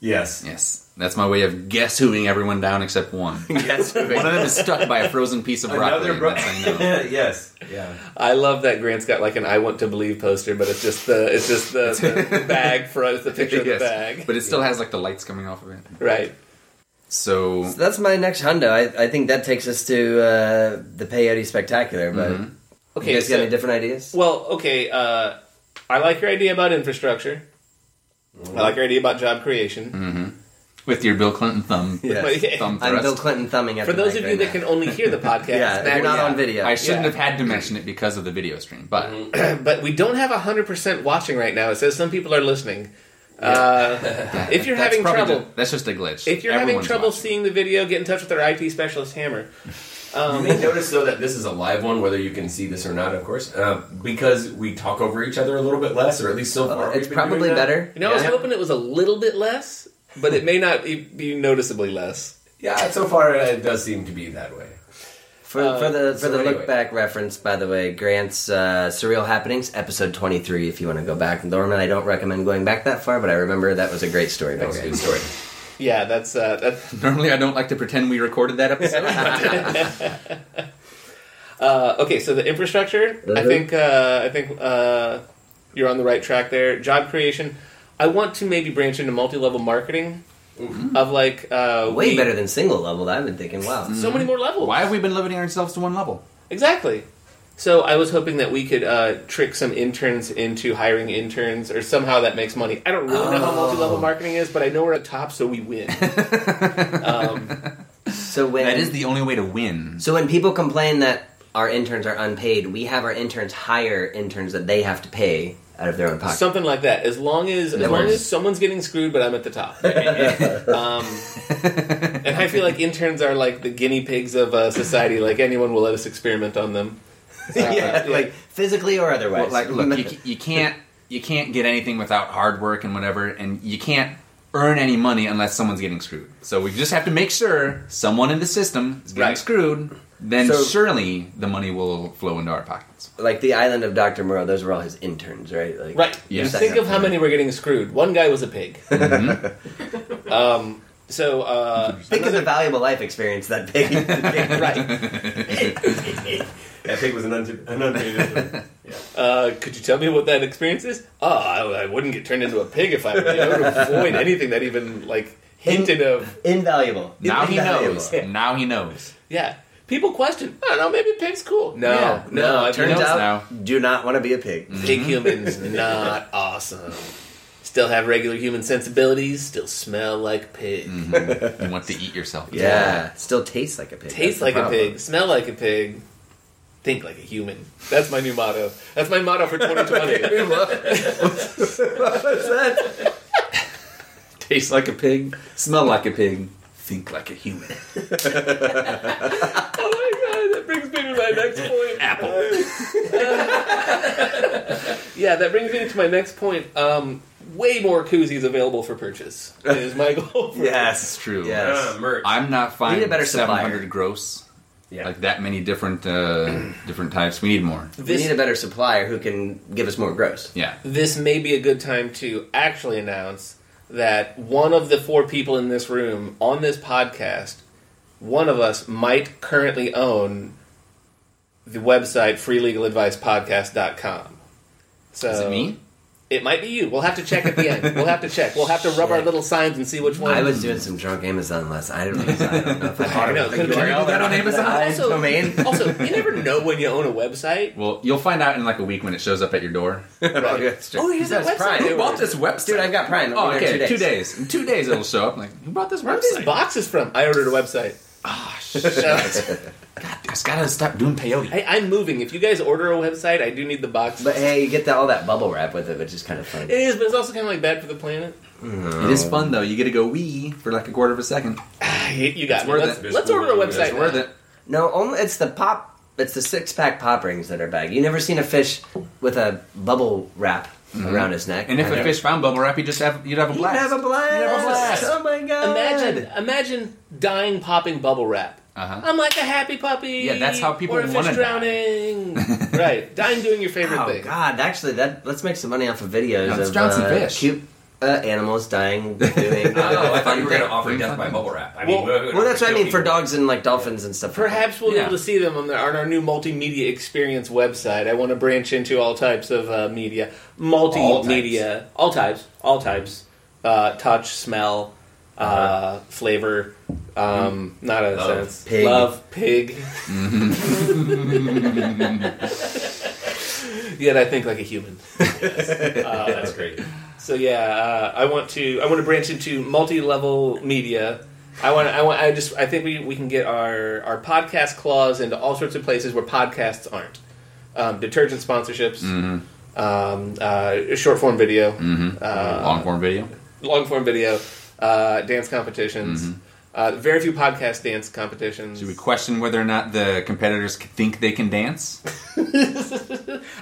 [SPEAKER 2] yes.
[SPEAKER 1] Yes. That's my way of guess whoing everyone down except one. One
[SPEAKER 3] yes,
[SPEAKER 1] of them is stuck by a frozen piece of broccoli.
[SPEAKER 2] Another bro-
[SPEAKER 1] and that's how you know.
[SPEAKER 2] yes. Yeah.
[SPEAKER 4] I love that Grant's got like an "I want to believe" poster, but it's just the it's just the, the, the bag for us, the picture of the
[SPEAKER 1] Yes.
[SPEAKER 4] bag,
[SPEAKER 1] But it still has like the lights coming off of it.
[SPEAKER 4] right?
[SPEAKER 1] So
[SPEAKER 3] that's my next hundo. I, I think that takes us to uh, the Peyote Spectacular. But
[SPEAKER 4] Okay,
[SPEAKER 3] you guys got
[SPEAKER 4] so-
[SPEAKER 3] any different ideas?
[SPEAKER 4] Well, okay. Uh, I like your idea about infrastructure. I like your idea about job creation.
[SPEAKER 1] with your Bill Clinton thumb,
[SPEAKER 3] Yes.
[SPEAKER 4] But-
[SPEAKER 1] thumb
[SPEAKER 3] I'm
[SPEAKER 1] thrust.
[SPEAKER 3] Bill Clinton thumbing at
[SPEAKER 4] For
[SPEAKER 3] the
[SPEAKER 4] those
[SPEAKER 3] mic
[SPEAKER 4] of you
[SPEAKER 3] right
[SPEAKER 4] that
[SPEAKER 3] now.
[SPEAKER 4] can only hear the podcast,
[SPEAKER 3] yeah,
[SPEAKER 4] that-
[SPEAKER 3] you're not
[SPEAKER 4] yeah.
[SPEAKER 3] on video.
[SPEAKER 1] I shouldn't
[SPEAKER 4] Yeah.
[SPEAKER 1] have had to mention it because of the video stream, but
[SPEAKER 4] Mm-hmm. but we don't have 100% watching right now. It says some people are listening. Uh, if you're
[SPEAKER 1] that's
[SPEAKER 4] having
[SPEAKER 1] probably
[SPEAKER 4] trouble,
[SPEAKER 1] ju- that's just a glitch.
[SPEAKER 4] if you're having
[SPEAKER 1] Everyone's
[SPEAKER 4] trouble
[SPEAKER 1] watching.
[SPEAKER 4] seeing the video, get in touch with our IT specialist, Hammer.
[SPEAKER 2] You may notice though that this is a live one, whether you can see this or not, of course, uh, because we talk over each other a little bit less, or at least so far.
[SPEAKER 3] Well,
[SPEAKER 2] we've
[SPEAKER 3] Uh, it's
[SPEAKER 2] been doing
[SPEAKER 3] probably
[SPEAKER 2] that.
[SPEAKER 3] better.
[SPEAKER 4] You know, I was
[SPEAKER 3] Yeah.
[SPEAKER 4] hoping it was a little bit less, but it may not e- be noticeably less.
[SPEAKER 2] Yeah, so far uh, it does seem to be that way.
[SPEAKER 3] For, for the for
[SPEAKER 2] so
[SPEAKER 3] the
[SPEAKER 2] anyway.
[SPEAKER 3] look back reference, by the way, Grant's uh, Surreal Happenings, episode twenty three. If you want to go back, Norman, I don't recommend going back that far, but I remember that was a great story. By
[SPEAKER 2] That was a
[SPEAKER 3] Grant.
[SPEAKER 2] good story.
[SPEAKER 4] Yeah, that's uh, that.
[SPEAKER 1] Normally, I don't like to pretend we recorded that episode.
[SPEAKER 4] Uh, okay, so the infrastructure. I
[SPEAKER 3] Mhm.
[SPEAKER 4] think uh, I think uh, you're on the right track there. Job creation. I want to maybe branch into multi-level marketing of like uh,
[SPEAKER 3] Way
[SPEAKER 4] we-
[SPEAKER 3] better than single level. I've been thinking, wow,
[SPEAKER 4] So many more levels.
[SPEAKER 1] Why have we been limiting ourselves to one level?
[SPEAKER 4] Exactly. So I was hoping that we could uh, trick some interns into hiring interns, or somehow that makes money. I don't really know
[SPEAKER 3] Oh.
[SPEAKER 4] how multi-level marketing is, but I know we're at top, so we win. um,
[SPEAKER 3] so when
[SPEAKER 1] That is the only way to win.
[SPEAKER 3] so when people complain that our interns are unpaid, we have our interns hire interns that they have to pay out of their own pocket.
[SPEAKER 4] something like that. As long as as
[SPEAKER 3] That
[SPEAKER 4] long
[SPEAKER 3] works.
[SPEAKER 4] as someone's getting screwed, but I'm at the top. um, and I feel like interns are like the guinea pigs of uh, society. Like anyone will let us experiment on them. Uh,
[SPEAKER 3] yeah, like physically or otherwise.
[SPEAKER 1] But like, look, you, ca- you can't you can't get anything without hard work and whatever, and you can't earn any money unless someone's getting screwed. So we just have to make sure someone in the system is getting
[SPEAKER 4] Right.
[SPEAKER 1] screwed. Then
[SPEAKER 3] So-
[SPEAKER 1] surely the money will flow into our pockets.
[SPEAKER 3] like the island of Doctor Moreau. Those were all his interns, right? Like,
[SPEAKER 4] Right.
[SPEAKER 1] Yes. Mm-hmm.
[SPEAKER 4] Think of how many were getting screwed. One guy was a pig. um, So uh,
[SPEAKER 3] Think of the valuable life experience that big.
[SPEAKER 4] right.
[SPEAKER 2] That pig was an unto- an unto-
[SPEAKER 4] Uh, could you tell me what that experience is? Oh, I, I wouldn't get turned into a pig if I, I would avoid anything that even like hinted of.
[SPEAKER 3] Invaluable.
[SPEAKER 1] Now he
[SPEAKER 3] Invaluable.
[SPEAKER 1] knows. Now he knows.
[SPEAKER 4] Yeah, people question. I don't know. Maybe a pig's cool. No,
[SPEAKER 3] Yeah.
[SPEAKER 4] no.
[SPEAKER 3] no
[SPEAKER 4] I've Mm-hmm.
[SPEAKER 3] turns
[SPEAKER 4] known
[SPEAKER 3] out,
[SPEAKER 1] now.
[SPEAKER 3] do not want to be a pig.
[SPEAKER 1] Mm.
[SPEAKER 4] Pig humans not awesome. Still have regular human sensibilities. Still smell like pig.
[SPEAKER 1] You want to eat yourself.
[SPEAKER 3] Yeah. Still tastes like a pig.
[SPEAKER 4] Taste
[SPEAKER 3] That's the
[SPEAKER 4] like a
[SPEAKER 3] problem.
[SPEAKER 4] pig. Smell like a pig. Think like a human. That's my new motto. That's my motto for 2020.
[SPEAKER 1] Taste like a pig. Smell like a pig. Think like a human.
[SPEAKER 4] Oh my god, that brings me to my next point. Apple. Um, yeah, that brings me to my next point. Um, way more koozies available for purchase is my goal.
[SPEAKER 1] It's
[SPEAKER 4] For
[SPEAKER 3] Yes.
[SPEAKER 1] true.
[SPEAKER 3] Yeah.
[SPEAKER 2] uh, merch.
[SPEAKER 1] I'm not
[SPEAKER 3] need a
[SPEAKER 1] finding
[SPEAKER 3] better
[SPEAKER 1] seven
[SPEAKER 3] supplier.
[SPEAKER 1] hundred gross.
[SPEAKER 2] Yeah.
[SPEAKER 1] Like that many different uh, different types. We need more.
[SPEAKER 3] we need a better supplier who can give us more gross.
[SPEAKER 1] Yeah.
[SPEAKER 4] This may be a good time to actually announce that one of the four people in this room on this podcast, one of us might currently own the website freelegaladvicepodcast.com. So
[SPEAKER 1] Is it me?
[SPEAKER 4] It might be you. We'll have to check at the end. We'll have to check. We'll have to rub our
[SPEAKER 3] Shit.
[SPEAKER 4] little signs and see
[SPEAKER 1] Mm.
[SPEAKER 4] which one.
[SPEAKER 3] I was doing some drunk Amazon last. I don't know. I don't know if I bought
[SPEAKER 4] I
[SPEAKER 3] it.
[SPEAKER 4] know,
[SPEAKER 3] with the
[SPEAKER 4] could've been-
[SPEAKER 3] URL,
[SPEAKER 1] that on
[SPEAKER 3] but I-
[SPEAKER 1] Amazon?
[SPEAKER 3] I-
[SPEAKER 4] also,
[SPEAKER 3] domain.
[SPEAKER 4] also, you never know when you own a website.
[SPEAKER 1] Well, you'll find out in like a week when it shows up at your door.
[SPEAKER 4] Oh, here's that
[SPEAKER 3] That's
[SPEAKER 4] website.
[SPEAKER 3] Prime.
[SPEAKER 4] they
[SPEAKER 3] Who
[SPEAKER 4] were-
[SPEAKER 1] this website?
[SPEAKER 3] Dude, I've got Prime. I'll
[SPEAKER 1] Oh,
[SPEAKER 3] be there
[SPEAKER 1] okay.
[SPEAKER 3] in
[SPEAKER 1] Two days. In two days, it'll show up. Like, who bought this
[SPEAKER 4] Where are these
[SPEAKER 1] website? Ah,
[SPEAKER 4] boxes from? I ordered a website.
[SPEAKER 1] I just gotta stop doing peyote.
[SPEAKER 4] I, I'm moving. If you guys order a website, I do need the box.
[SPEAKER 3] But hey, you get that, all that bubble wrap with it, which is kind of fun.
[SPEAKER 4] it is, but it's also kind of like bad for the planet.
[SPEAKER 1] It is fun though. You get to go wee for like a quarter of a second.
[SPEAKER 4] Ah, You you got
[SPEAKER 1] It's
[SPEAKER 4] me.
[SPEAKER 1] worth
[SPEAKER 4] Let's,
[SPEAKER 1] it.
[SPEAKER 4] let's order a
[SPEAKER 2] It's
[SPEAKER 4] website.
[SPEAKER 1] It's worth
[SPEAKER 4] now.
[SPEAKER 1] it.
[SPEAKER 3] No, only it's the pop. It's the six pack pop rings that are bag. You never seen a fish with a bubble wrap around his neck.
[SPEAKER 1] Mm-hmm. And if
[SPEAKER 3] I
[SPEAKER 1] a
[SPEAKER 3] know.
[SPEAKER 1] fish found bubble wrap, you just have you'd have a
[SPEAKER 3] You'd
[SPEAKER 1] blast.
[SPEAKER 3] have a blast.
[SPEAKER 1] You'd have a blast.
[SPEAKER 3] Oh my god!
[SPEAKER 4] Imagine, imagine dying popping bubble wrap.
[SPEAKER 1] Uh-huh.
[SPEAKER 4] I'm like a happy puppy.
[SPEAKER 1] Yeah, that's how people
[SPEAKER 4] or a fish
[SPEAKER 1] wanna die.
[SPEAKER 4] drowning. right, dying doing your favorite
[SPEAKER 3] Oh
[SPEAKER 4] thing.
[SPEAKER 3] god! Actually, that let's make some money off of videos
[SPEAKER 1] No, it's
[SPEAKER 3] of
[SPEAKER 1] Johnson
[SPEAKER 3] uh,
[SPEAKER 1] Fish.
[SPEAKER 3] cute uh, animals dying doing. uh,
[SPEAKER 2] Oh, I
[SPEAKER 3] fun
[SPEAKER 2] thought you were going
[SPEAKER 3] things.
[SPEAKER 2] to offer
[SPEAKER 1] Bring
[SPEAKER 2] death
[SPEAKER 1] fun.
[SPEAKER 2] by bubble wrap. I
[SPEAKER 4] Well-
[SPEAKER 2] mean, we're-
[SPEAKER 3] Well, that's what I mean for
[SPEAKER 2] people.
[SPEAKER 3] dogs and like dolphins and stuff.
[SPEAKER 4] Perhaps we'll be
[SPEAKER 1] Yeah.
[SPEAKER 4] able to see them on, the, on our new multimedia experience website. I want to branch into all types of uh, media, multimedia, all types, all types, Uh, touch, smell, uh, flavor. Um, Not a
[SPEAKER 2] Love.
[SPEAKER 4] sense.
[SPEAKER 3] Pig.
[SPEAKER 4] Love pig. Yet I think like a human.
[SPEAKER 2] Yeah, Ah, that's great.
[SPEAKER 4] So yeah, uh, I want to I want to branch into multi-level media. I want I want I just I think we, we can get our our podcast claws into all sorts of places where podcasts aren't. Um, detergent sponsorships,
[SPEAKER 1] Mm-hmm.
[SPEAKER 4] um, uh, short form video, uh,
[SPEAKER 1] Long form video.
[SPEAKER 4] long form video, uh, dance competitions. Uh, very few podcast dance competitions.
[SPEAKER 1] Do Mm-hmm. we question whether or not the competitors c- think they can dance?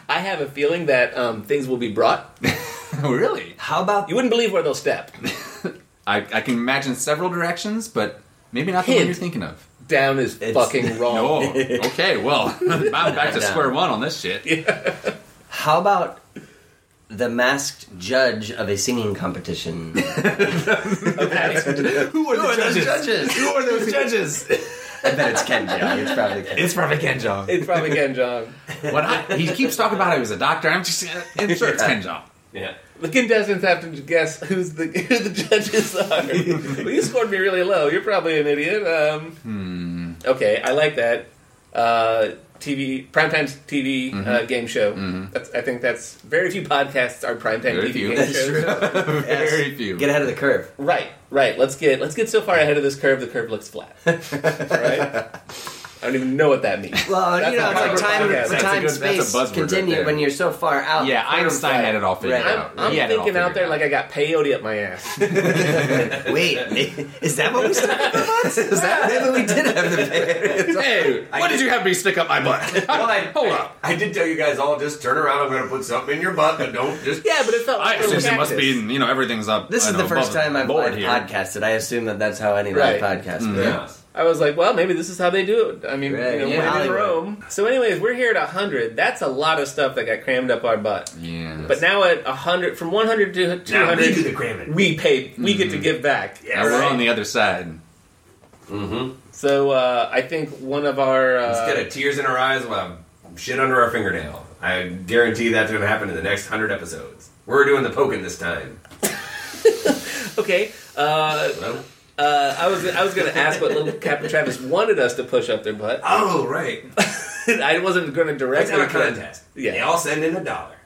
[SPEAKER 4] I have a feeling that um, things will be brought.
[SPEAKER 1] oh, really?
[SPEAKER 3] How about
[SPEAKER 4] You wouldn't believe where they'll step
[SPEAKER 1] I, I can imagine several directions, but maybe not the one
[SPEAKER 4] Hint.
[SPEAKER 1] you're thinking of.
[SPEAKER 4] down is
[SPEAKER 3] It's-
[SPEAKER 4] fucking wrong.
[SPEAKER 1] No. okay. Well, I'm back to square one on this shit.
[SPEAKER 3] how about the masked judge of a singing competition?
[SPEAKER 1] Who are, the judges?
[SPEAKER 3] judges?
[SPEAKER 1] Who are those judges?
[SPEAKER 3] I bet it's Ken Jeong. It's probably Ken.
[SPEAKER 1] it's probably Ken Jong.
[SPEAKER 4] It's probably Ken Jong.
[SPEAKER 1] When I, he keeps talking about I was a doctor, I'm just I'm sure it's Ken Jong.
[SPEAKER 2] Yeah.
[SPEAKER 4] The contestants have to guess who's the who the judges are. well, you scored me really low. You're probably an idiot. Um,
[SPEAKER 1] Hmm.
[SPEAKER 4] Okay, I like that. Uh, TV primetime TV
[SPEAKER 1] Mm-hmm.
[SPEAKER 4] uh, game show. That's, I think that's very few podcasts are primetime
[SPEAKER 1] Very
[SPEAKER 4] TV
[SPEAKER 1] few.
[SPEAKER 4] game
[SPEAKER 1] That's
[SPEAKER 4] shows.
[SPEAKER 1] Very few.
[SPEAKER 3] Get ahead of the curve.
[SPEAKER 4] Right, right. Let's get let's get so far ahead of this curve. The curve looks flat. right. I don't even know what that means.
[SPEAKER 3] Well,
[SPEAKER 4] That's
[SPEAKER 3] you know,
[SPEAKER 4] not
[SPEAKER 3] it's like
[SPEAKER 4] proper
[SPEAKER 3] time,
[SPEAKER 4] podcast.
[SPEAKER 3] but
[SPEAKER 1] That's a
[SPEAKER 3] time,
[SPEAKER 1] good- that's a
[SPEAKER 3] space
[SPEAKER 1] buzzword right
[SPEAKER 3] continue
[SPEAKER 1] there.
[SPEAKER 3] when you're so far out.
[SPEAKER 1] yeah,
[SPEAKER 3] From-
[SPEAKER 1] Einstein had it all figured
[SPEAKER 3] Right.
[SPEAKER 1] out.
[SPEAKER 4] I'm, I'm
[SPEAKER 1] He had it all
[SPEAKER 4] thinking out
[SPEAKER 1] figured
[SPEAKER 4] there like I got peyote up my ass.
[SPEAKER 3] Wait, is that what we started about? Is that maybe we did have the bear?
[SPEAKER 1] Hey, what did you have me stick up my butt?
[SPEAKER 2] Well, I,
[SPEAKER 1] Hold up.
[SPEAKER 2] I did tell you guys all just turn around. I'm going to put something in your butt, but don't just.
[SPEAKER 4] yeah, but it felt
[SPEAKER 1] I
[SPEAKER 4] like
[SPEAKER 1] assume
[SPEAKER 4] practice.
[SPEAKER 1] it must be, you know, everything's up.
[SPEAKER 3] This
[SPEAKER 1] I
[SPEAKER 3] is
[SPEAKER 1] know,
[SPEAKER 3] the first
[SPEAKER 1] above
[SPEAKER 3] time I've
[SPEAKER 1] board
[SPEAKER 3] live
[SPEAKER 1] here. Mm-hmm.
[SPEAKER 3] podcasted. I assume that that's how any
[SPEAKER 4] Right.
[SPEAKER 3] live podcast
[SPEAKER 2] Yeah.
[SPEAKER 3] works.
[SPEAKER 4] I was like, well, maybe this is how they do it. I mean,
[SPEAKER 3] Right,
[SPEAKER 4] you know, when
[SPEAKER 3] yeah,
[SPEAKER 4] in
[SPEAKER 3] Hollywood.
[SPEAKER 4] Rome. So, anyways, we're here at 100. That's a lot of stuff that got crammed up our butt.
[SPEAKER 1] Yeah.
[SPEAKER 4] But now at 100, from 100 to
[SPEAKER 2] Now we do the
[SPEAKER 4] 200,
[SPEAKER 2] cramming.
[SPEAKER 4] we pay, we get
[SPEAKER 3] Mm-hmm.
[SPEAKER 4] to give back.
[SPEAKER 2] Yeah,
[SPEAKER 1] Now we're
[SPEAKER 2] right.
[SPEAKER 1] on the other side.
[SPEAKER 2] Mm-hmm.
[SPEAKER 4] So, uh, I think one of our. Uh,
[SPEAKER 2] Instead of tears in our eyes, we'll have shit under our fingernail. I guarantee that's going to happen in the next hundred episodes. We're doing the poking this time.
[SPEAKER 4] Okay. Uh,
[SPEAKER 2] Well,
[SPEAKER 4] uh, I was I was going to ask what little Captain Travis wanted us to push up their butt.
[SPEAKER 2] oh right,
[SPEAKER 4] I wasn't going to
[SPEAKER 2] let's
[SPEAKER 4] direct
[SPEAKER 2] have a contest.
[SPEAKER 4] Yeah.
[SPEAKER 2] They all send in a dollar.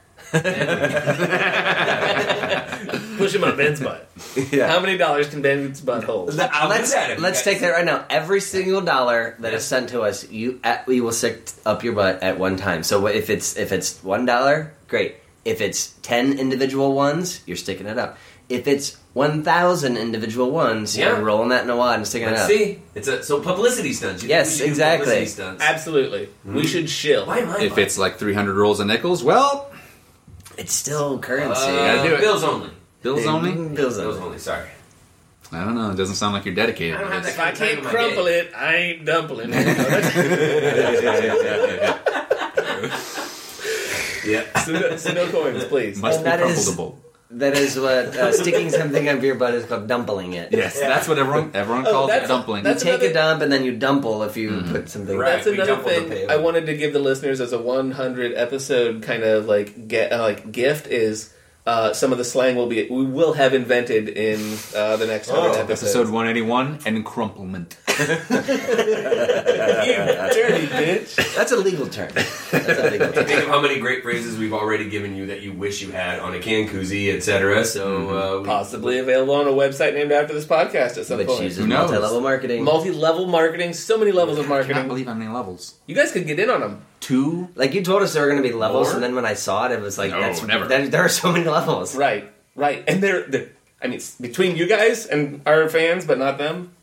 [SPEAKER 4] Push him on Ben's butt. How many dollars can Ben's butt hold?
[SPEAKER 2] I'll do
[SPEAKER 3] let's
[SPEAKER 2] that if you
[SPEAKER 3] let's
[SPEAKER 2] guys-
[SPEAKER 3] take that right now. Every single dollar that is sent to us, you at, we will stick up your butt at one time. So if it's if it's one dollar, great. If it's ten individual ones, you're sticking it up. If it's one thousand individual ones,
[SPEAKER 2] Yeah.
[SPEAKER 3] you're rolling that in a wad and sticking
[SPEAKER 2] Let's
[SPEAKER 3] it up.
[SPEAKER 2] see. It's a so publicity stunts. You think
[SPEAKER 3] Yes,
[SPEAKER 2] we should do
[SPEAKER 3] exactly.
[SPEAKER 2] Publicity stunts.
[SPEAKER 4] Absolutely. We should shill.
[SPEAKER 2] Mm-hmm. Why am I?
[SPEAKER 1] If it's like 300 rolls of nickels, well,
[SPEAKER 3] It's still currency. Mm,
[SPEAKER 1] gotta
[SPEAKER 2] uh,
[SPEAKER 1] do it.
[SPEAKER 2] bills only.
[SPEAKER 1] bills only.
[SPEAKER 3] Bills
[SPEAKER 2] Bills
[SPEAKER 3] only.
[SPEAKER 2] only. Sorry.
[SPEAKER 1] I don't know. It doesn't sound like you're dedicated.
[SPEAKER 2] I don't have
[SPEAKER 4] If I can't
[SPEAKER 2] Time of my
[SPEAKER 4] crumple
[SPEAKER 2] day.
[SPEAKER 4] it, I ain't dumpling it.
[SPEAKER 2] Yeah.
[SPEAKER 4] so, no, so no coins, please.
[SPEAKER 1] Must
[SPEAKER 3] And
[SPEAKER 1] be
[SPEAKER 3] that is-
[SPEAKER 1] crumpleable.
[SPEAKER 3] That is what uh, sticking something up your butt is called dumpling it.
[SPEAKER 1] Yes, that's what everyone everyone
[SPEAKER 4] Oh,
[SPEAKER 1] calls
[SPEAKER 4] that's-
[SPEAKER 1] it dumpling.
[SPEAKER 4] that's-
[SPEAKER 3] Take
[SPEAKER 4] another-
[SPEAKER 3] a dump and then you dumple if you
[SPEAKER 1] Mm-hmm.
[SPEAKER 3] put something.
[SPEAKER 2] Right.
[SPEAKER 4] That's
[SPEAKER 2] we
[SPEAKER 4] another
[SPEAKER 2] doubled the
[SPEAKER 4] thing
[SPEAKER 2] payment.
[SPEAKER 4] I wanted to give the listeners as a 100 episode kind of like get uh, like gift is uh, some of the slang will be we will have invented in uh, the next 100
[SPEAKER 2] Oh.
[SPEAKER 4] episodes.
[SPEAKER 1] Episode 181 and crumplement.
[SPEAKER 4] you dirty bitch.
[SPEAKER 3] That's a legal term. That's a legal term.
[SPEAKER 2] Think of how many great phrases we've already given you that you wish you had on a can koozie, etc.
[SPEAKER 3] Mm-hmm.
[SPEAKER 2] So uh, we-
[SPEAKER 4] Possibly available on a website named after this podcast at some
[SPEAKER 3] Which
[SPEAKER 4] point.
[SPEAKER 3] uses
[SPEAKER 1] Who knows?
[SPEAKER 3] multi-level marketing.
[SPEAKER 4] Multi-level marketing, so many levels of
[SPEAKER 1] I cannot
[SPEAKER 4] marketing.
[SPEAKER 1] believe how many levels.
[SPEAKER 4] You guys could get in on them.
[SPEAKER 1] Two.
[SPEAKER 3] Like you told us there were going to be levels,
[SPEAKER 1] More?
[SPEAKER 3] and then when I saw it, it was like,
[SPEAKER 1] No,
[SPEAKER 3] that's,
[SPEAKER 1] never.
[SPEAKER 3] that- there are so many levels.
[SPEAKER 4] Right, right. And they're, they're I mean, it's between you guys and our fans, but not them,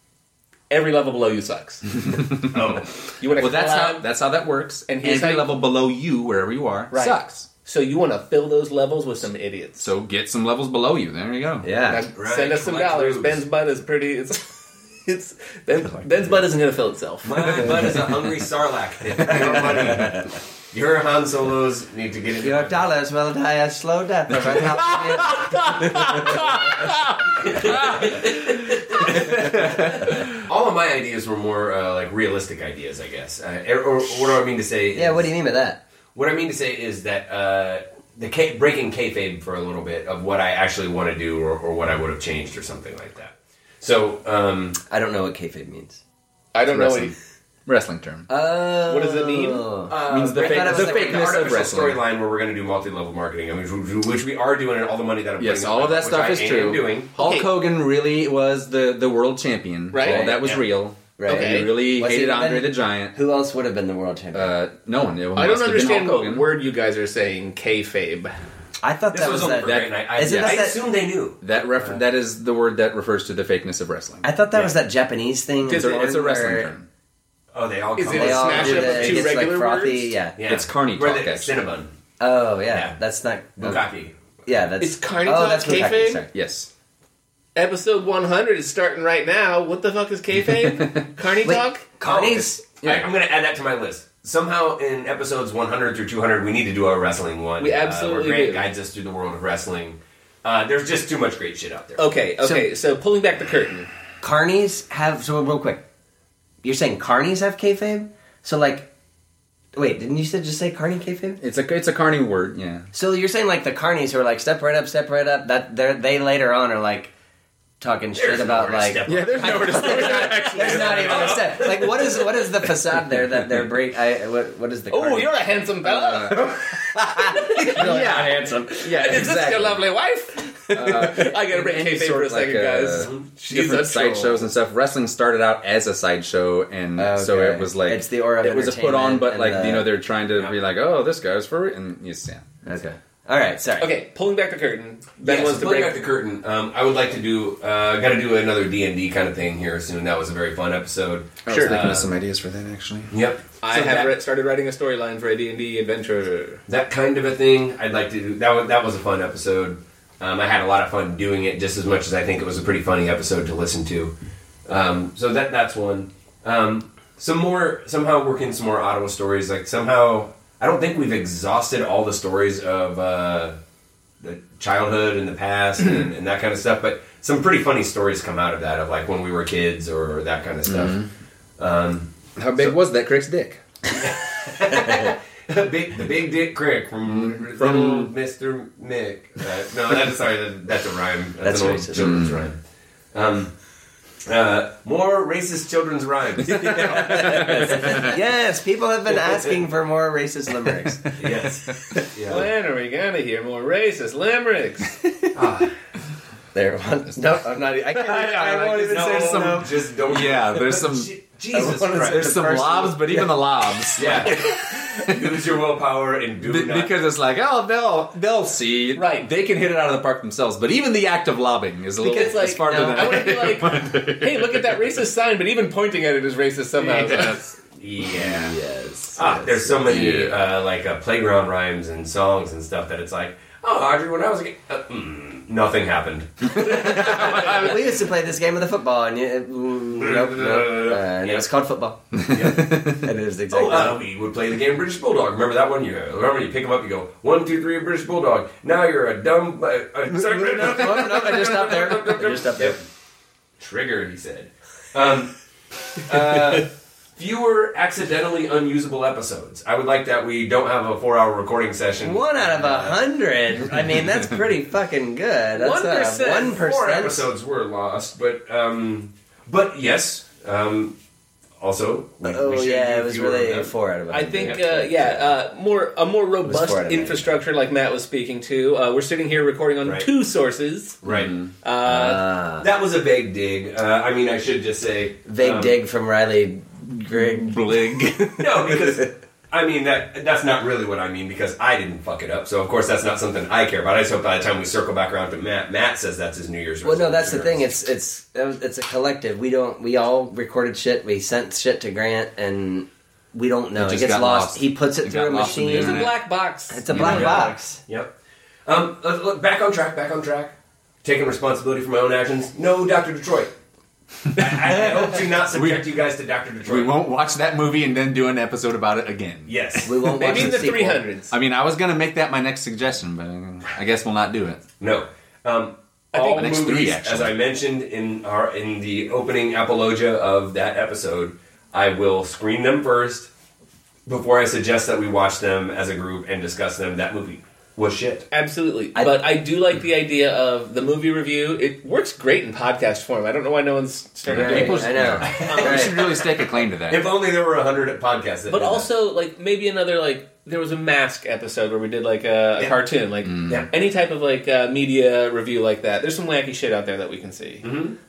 [SPEAKER 4] every level below you sucks. You want to
[SPEAKER 1] Well, that's how that's how that works.
[SPEAKER 4] And
[SPEAKER 1] And
[SPEAKER 4] here's
[SPEAKER 1] every
[SPEAKER 4] how-
[SPEAKER 1] level below you, wherever you are,
[SPEAKER 4] Right.
[SPEAKER 1] sucks.
[SPEAKER 4] So you want to fill those levels with some idiots.
[SPEAKER 1] So get some levels below you. There you go.
[SPEAKER 3] Yeah.
[SPEAKER 4] Now,
[SPEAKER 2] Right,
[SPEAKER 4] Send us some
[SPEAKER 2] collect
[SPEAKER 4] dollars.
[SPEAKER 2] those.
[SPEAKER 4] Ben's butt is pretty. It's it's Ben, Ben's butt isn't gonna fill itself.
[SPEAKER 2] My butt is a hungry sarlacc. Your money. Your Han Solos need to get it.
[SPEAKER 3] Your dollars will die a slow death. if I help
[SPEAKER 2] All of my ideas were more uh, like realistic ideas, I guess. Uh, or, or what do I mean to say?
[SPEAKER 3] you. Yeah,
[SPEAKER 2] is-
[SPEAKER 3] what do you mean by that?
[SPEAKER 2] What I mean to say is that uh, the ca- breaking kayfabe for a little bit of what I actually want to do or, or what I would have changed or something like that. So um,
[SPEAKER 3] I don't know what kayfabe means.
[SPEAKER 4] I don't know.
[SPEAKER 1] Wrestling, wrestling term.
[SPEAKER 3] Oh.
[SPEAKER 4] What does it mean?
[SPEAKER 2] uh,
[SPEAKER 1] Means the
[SPEAKER 2] I thought
[SPEAKER 1] fake-
[SPEAKER 2] it was
[SPEAKER 1] the
[SPEAKER 2] like an
[SPEAKER 1] fakeness of
[SPEAKER 2] artificial
[SPEAKER 1] wrestling.
[SPEAKER 2] storyline where we're going to do multi-level marketing, I mean, which we are doing, and all the money that I'm
[SPEAKER 1] Yes,
[SPEAKER 2] putting
[SPEAKER 1] all of
[SPEAKER 2] up,
[SPEAKER 1] that
[SPEAKER 2] which
[SPEAKER 1] stuff
[SPEAKER 2] I
[SPEAKER 1] is
[SPEAKER 2] am
[SPEAKER 1] true.
[SPEAKER 2] Doing
[SPEAKER 1] Hulk
[SPEAKER 4] Okay.
[SPEAKER 1] Hogan really was the, the world champion.
[SPEAKER 4] Right.
[SPEAKER 1] All that was
[SPEAKER 2] Yeah.
[SPEAKER 1] real.
[SPEAKER 3] Right.
[SPEAKER 1] He
[SPEAKER 4] Okay.
[SPEAKER 1] really
[SPEAKER 3] Was he
[SPEAKER 1] hated
[SPEAKER 3] the
[SPEAKER 1] Andre
[SPEAKER 3] man-
[SPEAKER 1] the Giant.
[SPEAKER 3] Who else would have been the world champion?
[SPEAKER 1] Uh, no one. It
[SPEAKER 4] I
[SPEAKER 1] must
[SPEAKER 4] don't
[SPEAKER 1] have been
[SPEAKER 4] understand
[SPEAKER 1] Hulk
[SPEAKER 4] what
[SPEAKER 1] Hogan.
[SPEAKER 4] word you guys are saying. Kayfabe.
[SPEAKER 3] I thought
[SPEAKER 2] this
[SPEAKER 3] that
[SPEAKER 2] was
[SPEAKER 3] was
[SPEAKER 2] only
[SPEAKER 3] that.
[SPEAKER 2] for Grant and I, I,
[SPEAKER 3] isn't
[SPEAKER 2] I
[SPEAKER 3] that that-
[SPEAKER 2] assumed they knew.
[SPEAKER 1] That refer- that is the word that refers to the fakeness of wrestling.
[SPEAKER 3] I thought that was that Japanese thing.
[SPEAKER 1] It's a, it's a wrestling
[SPEAKER 3] where
[SPEAKER 1] term.
[SPEAKER 2] Oh, they all.
[SPEAKER 4] Is
[SPEAKER 2] come
[SPEAKER 4] it
[SPEAKER 2] up
[SPEAKER 3] They
[SPEAKER 4] a
[SPEAKER 2] with-
[SPEAKER 3] all
[SPEAKER 4] Smash
[SPEAKER 3] do
[SPEAKER 4] up of
[SPEAKER 3] the,
[SPEAKER 4] two
[SPEAKER 3] it gets like
[SPEAKER 4] regular
[SPEAKER 3] frothy.
[SPEAKER 4] words?
[SPEAKER 3] Yeah.
[SPEAKER 2] Yeah.
[SPEAKER 1] It's carny
[SPEAKER 2] Where
[SPEAKER 1] talk,
[SPEAKER 2] the
[SPEAKER 1] actually.
[SPEAKER 2] Cinnabon,
[SPEAKER 3] Oh yeah.
[SPEAKER 2] Yeah.
[SPEAKER 3] That's not.
[SPEAKER 2] bukkake.
[SPEAKER 3] Yeah. That's.
[SPEAKER 4] It's carny
[SPEAKER 3] oh,
[SPEAKER 4] talk,
[SPEAKER 3] that's Bukkake,
[SPEAKER 4] kayfabe?
[SPEAKER 3] sorry.
[SPEAKER 1] Yes.
[SPEAKER 4] Episode 100 is starting right now. What the fuck is kayfabe? Carney
[SPEAKER 3] Wait,
[SPEAKER 4] talk?
[SPEAKER 3] Carnies.
[SPEAKER 1] Yeah.
[SPEAKER 2] I, am going to add that to my list. Somehow, in episodes 100 through 200, we need to do a wrestling one.
[SPEAKER 4] We
[SPEAKER 2] uh,
[SPEAKER 4] absolutely
[SPEAKER 2] where Grant
[SPEAKER 4] do.
[SPEAKER 2] guides us through the world of wrestling. Uh, there's just too much great shit out there.
[SPEAKER 4] Okay, okay. So, pulling back the curtain.
[SPEAKER 3] Carnies have so real quick. You're saying carnies have kayfabe? So like, wait, didn't you say, just say carny kayfabe?
[SPEAKER 1] It's a it's a carny word. Yeah.
[SPEAKER 3] So you're saying like the carnies who are like step right up, step right up. That they they later on are like talking shit
[SPEAKER 2] There's more
[SPEAKER 3] about
[SPEAKER 2] to
[SPEAKER 3] like
[SPEAKER 2] step
[SPEAKER 1] Yeah.
[SPEAKER 2] up.
[SPEAKER 1] There's no
[SPEAKER 3] there's not even a step. Like what is what is the facade there that they're break? I, what what is the?
[SPEAKER 4] Oh,
[SPEAKER 3] carny-
[SPEAKER 4] you're a handsome fella.
[SPEAKER 1] Uh,
[SPEAKER 3] really not handsome.
[SPEAKER 1] Yeah.
[SPEAKER 4] Is this
[SPEAKER 1] exactly.
[SPEAKER 4] your lovely wife? I gotta break
[SPEAKER 1] any
[SPEAKER 4] kayfabe for
[SPEAKER 1] sort
[SPEAKER 4] a
[SPEAKER 1] of like
[SPEAKER 4] second,
[SPEAKER 1] a-
[SPEAKER 4] guys. She's
[SPEAKER 1] different
[SPEAKER 4] a troll.
[SPEAKER 1] sideshows and stuff. Wrestling started out as a sideshow, and so
[SPEAKER 3] Okay.
[SPEAKER 1] it was like
[SPEAKER 3] It's the aura of
[SPEAKER 1] it was a put on, but
[SPEAKER 3] entertainment
[SPEAKER 1] like
[SPEAKER 3] and
[SPEAKER 1] you
[SPEAKER 3] the-
[SPEAKER 1] know they're trying to
[SPEAKER 2] Yeah.
[SPEAKER 1] be like, oh, this guy's for and you see.
[SPEAKER 3] Okay. All right. Sorry.
[SPEAKER 4] Okay, pulling back the curtain. Ben
[SPEAKER 2] That was
[SPEAKER 4] wants
[SPEAKER 2] the
[SPEAKER 4] to break.
[SPEAKER 2] back the curtain. Um, I would like to do. Uh, Got to do another D and D kind of thing here soon. That was a very fun episode.
[SPEAKER 1] I was
[SPEAKER 4] Sure.
[SPEAKER 1] thinking
[SPEAKER 2] Uh,
[SPEAKER 1] of some ideas for that actually.
[SPEAKER 2] Yep.
[SPEAKER 4] I
[SPEAKER 2] So
[SPEAKER 4] have
[SPEAKER 2] that-
[SPEAKER 4] re- started writing a storyline for a D&D adventure.
[SPEAKER 2] that kind of a thing. I'd like to do that. Was, that was a fun episode. Um, I had a lot of fun doing it, just as much as I think it was a pretty funny episode to listen to. Um, so that that's one. Um, some more somehow working some more Ottawa stories. Like somehow I don't think we've exhausted all the stories of uh, the childhood and the past and, and that kind of stuff. But some pretty funny stories come out of that of like when we were kids or that kind of stuff.
[SPEAKER 1] How big was that Crick's dick?
[SPEAKER 2] the big, the big dick crick from from Mr. Mick. Uh, no, that's sorry, that, that's a rhyme. That's,
[SPEAKER 3] That's
[SPEAKER 2] an old
[SPEAKER 3] racist.
[SPEAKER 1] Mm.
[SPEAKER 2] children's rhyme. Um, uh, more racist children's rhymes.
[SPEAKER 3] yes, people have been asking for more racist limericks.
[SPEAKER 2] yes. Yeah.
[SPEAKER 4] When are we gonna hear more racist limericks?
[SPEAKER 2] Ah,
[SPEAKER 3] There once. No, I'm not. e, I can't.
[SPEAKER 2] I, I won't even say some. Just don't.
[SPEAKER 1] Yeah, there's some
[SPEAKER 2] Je- Jesus
[SPEAKER 3] I wanna
[SPEAKER 2] Christ.
[SPEAKER 1] there's
[SPEAKER 3] the
[SPEAKER 1] some
[SPEAKER 3] first-
[SPEAKER 1] lobs, but even the lobs.
[SPEAKER 2] yeah. Lose your willpower and do
[SPEAKER 1] Be-
[SPEAKER 2] not.
[SPEAKER 1] because it's like, oh, they'll they'll see,
[SPEAKER 4] Right.
[SPEAKER 1] They can hit it out of the park themselves. But even the act of lobbing is a little
[SPEAKER 4] Because like,
[SPEAKER 1] is farther
[SPEAKER 4] no,
[SPEAKER 1] than
[SPEAKER 4] I want to be like, hey, look at that racist sign, but even pointing at it is racist somehow.
[SPEAKER 2] yeah.
[SPEAKER 1] yes.
[SPEAKER 2] Ah, there's so many
[SPEAKER 1] Yeah.
[SPEAKER 2] uh, like uh, playground rhymes and songs and stuff that it's like, oh, Audrey, when I was a kid, uh, mm, nothing happened.
[SPEAKER 3] We used to play this game of the football, and you, mm, nope, nope. Uh, and it was called football. And it was exactly.
[SPEAKER 2] Oh, uh, we would play the game British Bulldog. Remember that one? You remember you pick them up, you go one, two, three, British Bulldog. Now you're a dumb. Uh, uh, sorry,
[SPEAKER 3] no, no, no, Oh, no, I just stopped there. I just stopped there.
[SPEAKER 2] Yep. Trigger, he said. Um, uh, fewer accidentally unusable episodes. I would like that we don't have a four-hour recording session.
[SPEAKER 3] One out of a hundred. I mean, that's pretty fucking good. That's uh,
[SPEAKER 4] 1%.
[SPEAKER 3] one
[SPEAKER 2] Four
[SPEAKER 3] percent.
[SPEAKER 2] episodes were lost, but um, but yes. Um, also, we, we
[SPEAKER 3] Oh
[SPEAKER 2] should
[SPEAKER 3] yeah,
[SPEAKER 2] do
[SPEAKER 3] it was
[SPEAKER 2] fewer
[SPEAKER 3] really
[SPEAKER 2] of them.
[SPEAKER 3] four out of. a
[SPEAKER 4] I
[SPEAKER 3] hundred.
[SPEAKER 4] think, uh, yeah, uh, more a more robust
[SPEAKER 3] four out of eight.
[SPEAKER 4] infrastructure, like Matt was speaking to. Uh, we're sitting here recording on
[SPEAKER 2] Right.
[SPEAKER 4] two sources.
[SPEAKER 2] right.
[SPEAKER 3] Mm.
[SPEAKER 4] Uh,
[SPEAKER 3] Ah.
[SPEAKER 2] That was a vague dig. Uh, I mean, I should just say
[SPEAKER 3] Vague
[SPEAKER 2] um,
[SPEAKER 3] dig from Riley Grigg.
[SPEAKER 1] Mm-hmm. Blig.
[SPEAKER 2] No, because I mean that that's not really what I mean because I didn't fuck it up. So of course that's not something I care about. I just hope by the time we circle back around to Matt, Matt says that's his New Year's.
[SPEAKER 3] Well, no, that's the
[SPEAKER 2] resolution.
[SPEAKER 3] thing. It's it's it's a collective. We don't. We all recorded shit. We sent shit to Grant, and we don't know.
[SPEAKER 1] It
[SPEAKER 3] It,
[SPEAKER 1] just
[SPEAKER 3] gets
[SPEAKER 1] got
[SPEAKER 3] lost.
[SPEAKER 1] lost.
[SPEAKER 3] He puts it,
[SPEAKER 1] It
[SPEAKER 3] through a
[SPEAKER 1] got lost in the
[SPEAKER 3] machine.
[SPEAKER 4] it's a
[SPEAKER 1] internet.
[SPEAKER 4] black box.
[SPEAKER 3] It's a black
[SPEAKER 1] Yeah.
[SPEAKER 3] box.
[SPEAKER 2] Yep. Um, look, look, back on track. Back on track. Taking responsibility for my own actions. No, Doctor Detroit. I, I hope to not subject you guys to Doctor Detroit.
[SPEAKER 1] we won't watch that movie and then do an episode about it again.
[SPEAKER 2] Yes.
[SPEAKER 3] We won't watch
[SPEAKER 4] Maybe in the
[SPEAKER 3] the
[SPEAKER 4] three
[SPEAKER 3] sequel.
[SPEAKER 4] hundreds.
[SPEAKER 1] I mean, I was gonna make that my next suggestion, but uh, I guess we'll not do it.
[SPEAKER 2] No. Um,
[SPEAKER 4] I think
[SPEAKER 2] all
[SPEAKER 1] the next
[SPEAKER 2] movies,
[SPEAKER 1] three, actually.
[SPEAKER 2] as I mentioned in our in the opening apologia of that episode, I will screen them first before I suggest that we watch them as a group and discuss them. That movie was shit.
[SPEAKER 4] Absolutely, but I do like the idea of the movie review. It works great in podcast form. I don't know why no one's started
[SPEAKER 3] Right,
[SPEAKER 4] doing it.
[SPEAKER 1] People's-
[SPEAKER 3] I know.
[SPEAKER 1] We
[SPEAKER 3] Right.
[SPEAKER 1] should really stake a claim to
[SPEAKER 2] If
[SPEAKER 1] that.
[SPEAKER 2] only there were a hundred podcasts. That did
[SPEAKER 4] But
[SPEAKER 2] that.
[SPEAKER 4] also, like maybe another like there was a mask episode where we did like a, a
[SPEAKER 2] Yeah.
[SPEAKER 4] cartoon, like
[SPEAKER 3] Mm.
[SPEAKER 2] Yeah.
[SPEAKER 4] any type of like uh, media review like that. There's some wacky shit out there that we can see.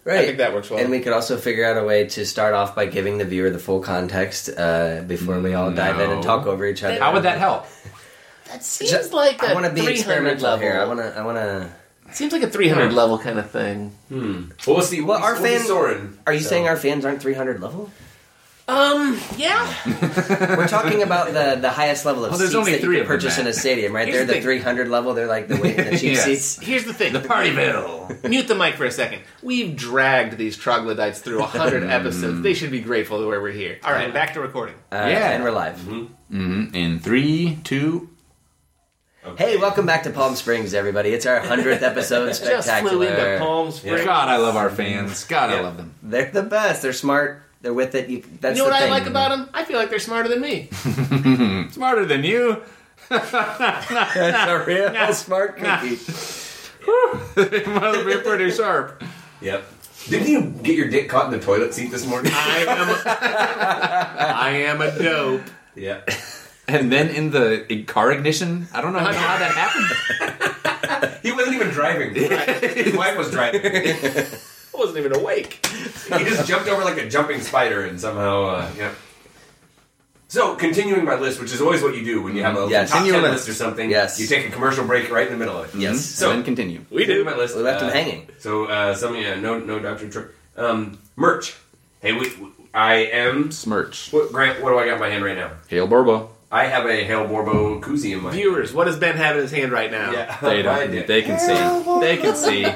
[SPEAKER 3] Right.
[SPEAKER 4] I think that works well.
[SPEAKER 3] And we could also figure out a way to start off by giving the viewer the full context uh, before we all dive in and
[SPEAKER 1] No.
[SPEAKER 3] talk over each other.
[SPEAKER 1] How would that help?
[SPEAKER 4] That
[SPEAKER 3] Just-
[SPEAKER 4] like
[SPEAKER 3] I want to be experimental here. I Hmm. want to. I want to.
[SPEAKER 4] Seems like a 300 level kind of thing.
[SPEAKER 2] well, we'll see. Well,
[SPEAKER 3] our
[SPEAKER 2] our we'll
[SPEAKER 3] fan-
[SPEAKER 2] fan Soren.
[SPEAKER 3] Are you saying our fans aren't 300 level?
[SPEAKER 4] Um, yeah.
[SPEAKER 3] We're talking about the, the highest level of
[SPEAKER 1] Well, there's
[SPEAKER 3] seats
[SPEAKER 1] only
[SPEAKER 3] that
[SPEAKER 1] three
[SPEAKER 3] you
[SPEAKER 1] of
[SPEAKER 3] can
[SPEAKER 1] them,
[SPEAKER 3] purchase in a
[SPEAKER 1] Matt.
[SPEAKER 3] stadium, right?
[SPEAKER 4] Here's the
[SPEAKER 3] they're the 300 level. They're like the, way, the cheap
[SPEAKER 1] Yes.
[SPEAKER 3] seats.
[SPEAKER 4] Here's the thing.
[SPEAKER 1] party bill.
[SPEAKER 4] Mute the mic for a second. We've dragged these troglodytes through 100
[SPEAKER 3] Hmm.
[SPEAKER 4] episodes. They should be grateful that we're here. All right, back to recording.
[SPEAKER 3] Uh,
[SPEAKER 1] Yeah. Mm-hmm.
[SPEAKER 3] And we're live.
[SPEAKER 1] In three, two.
[SPEAKER 3] Hey, welcome back to Palm Springs, everybody. It's our 100th episode
[SPEAKER 4] Just flew into
[SPEAKER 3] spectacular.
[SPEAKER 4] Palm Springs.
[SPEAKER 1] God, I love our fans. God, I love them.
[SPEAKER 3] They're the best. They're smart. They're with it. You, that's
[SPEAKER 4] You know what
[SPEAKER 3] the
[SPEAKER 4] I
[SPEAKER 3] thing.
[SPEAKER 4] like about them? I feel like they're smarter than me.
[SPEAKER 1] Smarter than you.
[SPEAKER 3] That's a real smart cookie.
[SPEAKER 1] Mm-hmm. They must be pretty sharp.
[SPEAKER 2] Yep. Didn't you get your dick caught in the toilet seat this morning?
[SPEAKER 4] I am a, I am a dope.
[SPEAKER 2] yeah.
[SPEAKER 1] And then in the in car ignition, I don't know how, how that happened.
[SPEAKER 2] He wasn't even driving. His wife was driving.
[SPEAKER 4] I wasn't even awake.
[SPEAKER 2] he just jumped over like a jumping spider and somehow, uh, yeah. So, continuing my list, which is always what you do when you have a
[SPEAKER 3] Mm-hmm. Yes.
[SPEAKER 2] top
[SPEAKER 1] Continue
[SPEAKER 2] 10
[SPEAKER 1] your
[SPEAKER 2] list.
[SPEAKER 1] list.
[SPEAKER 2] or something.
[SPEAKER 3] Yes.
[SPEAKER 2] You take a commercial break right in the middle of it.
[SPEAKER 3] Yes.
[SPEAKER 1] So then continue.
[SPEAKER 4] We
[SPEAKER 2] Continue
[SPEAKER 4] do.
[SPEAKER 2] my list.
[SPEAKER 3] We left
[SPEAKER 2] uh,
[SPEAKER 3] him hanging.
[SPEAKER 2] So, uh, some, yeah, no, no Dr. Trick. Um, merch. Hey, we, we- I am.
[SPEAKER 1] Smirch.
[SPEAKER 2] What, Grant, what do I got in my hand right now?
[SPEAKER 1] Hail Borbo.
[SPEAKER 2] I have a Hale Borbo koozie in my hand.
[SPEAKER 4] Viewers, what does Ben have in his hand right now?
[SPEAKER 2] Yeah.
[SPEAKER 1] They
[SPEAKER 2] I
[SPEAKER 1] don't.
[SPEAKER 2] did.
[SPEAKER 1] They can see. They can see.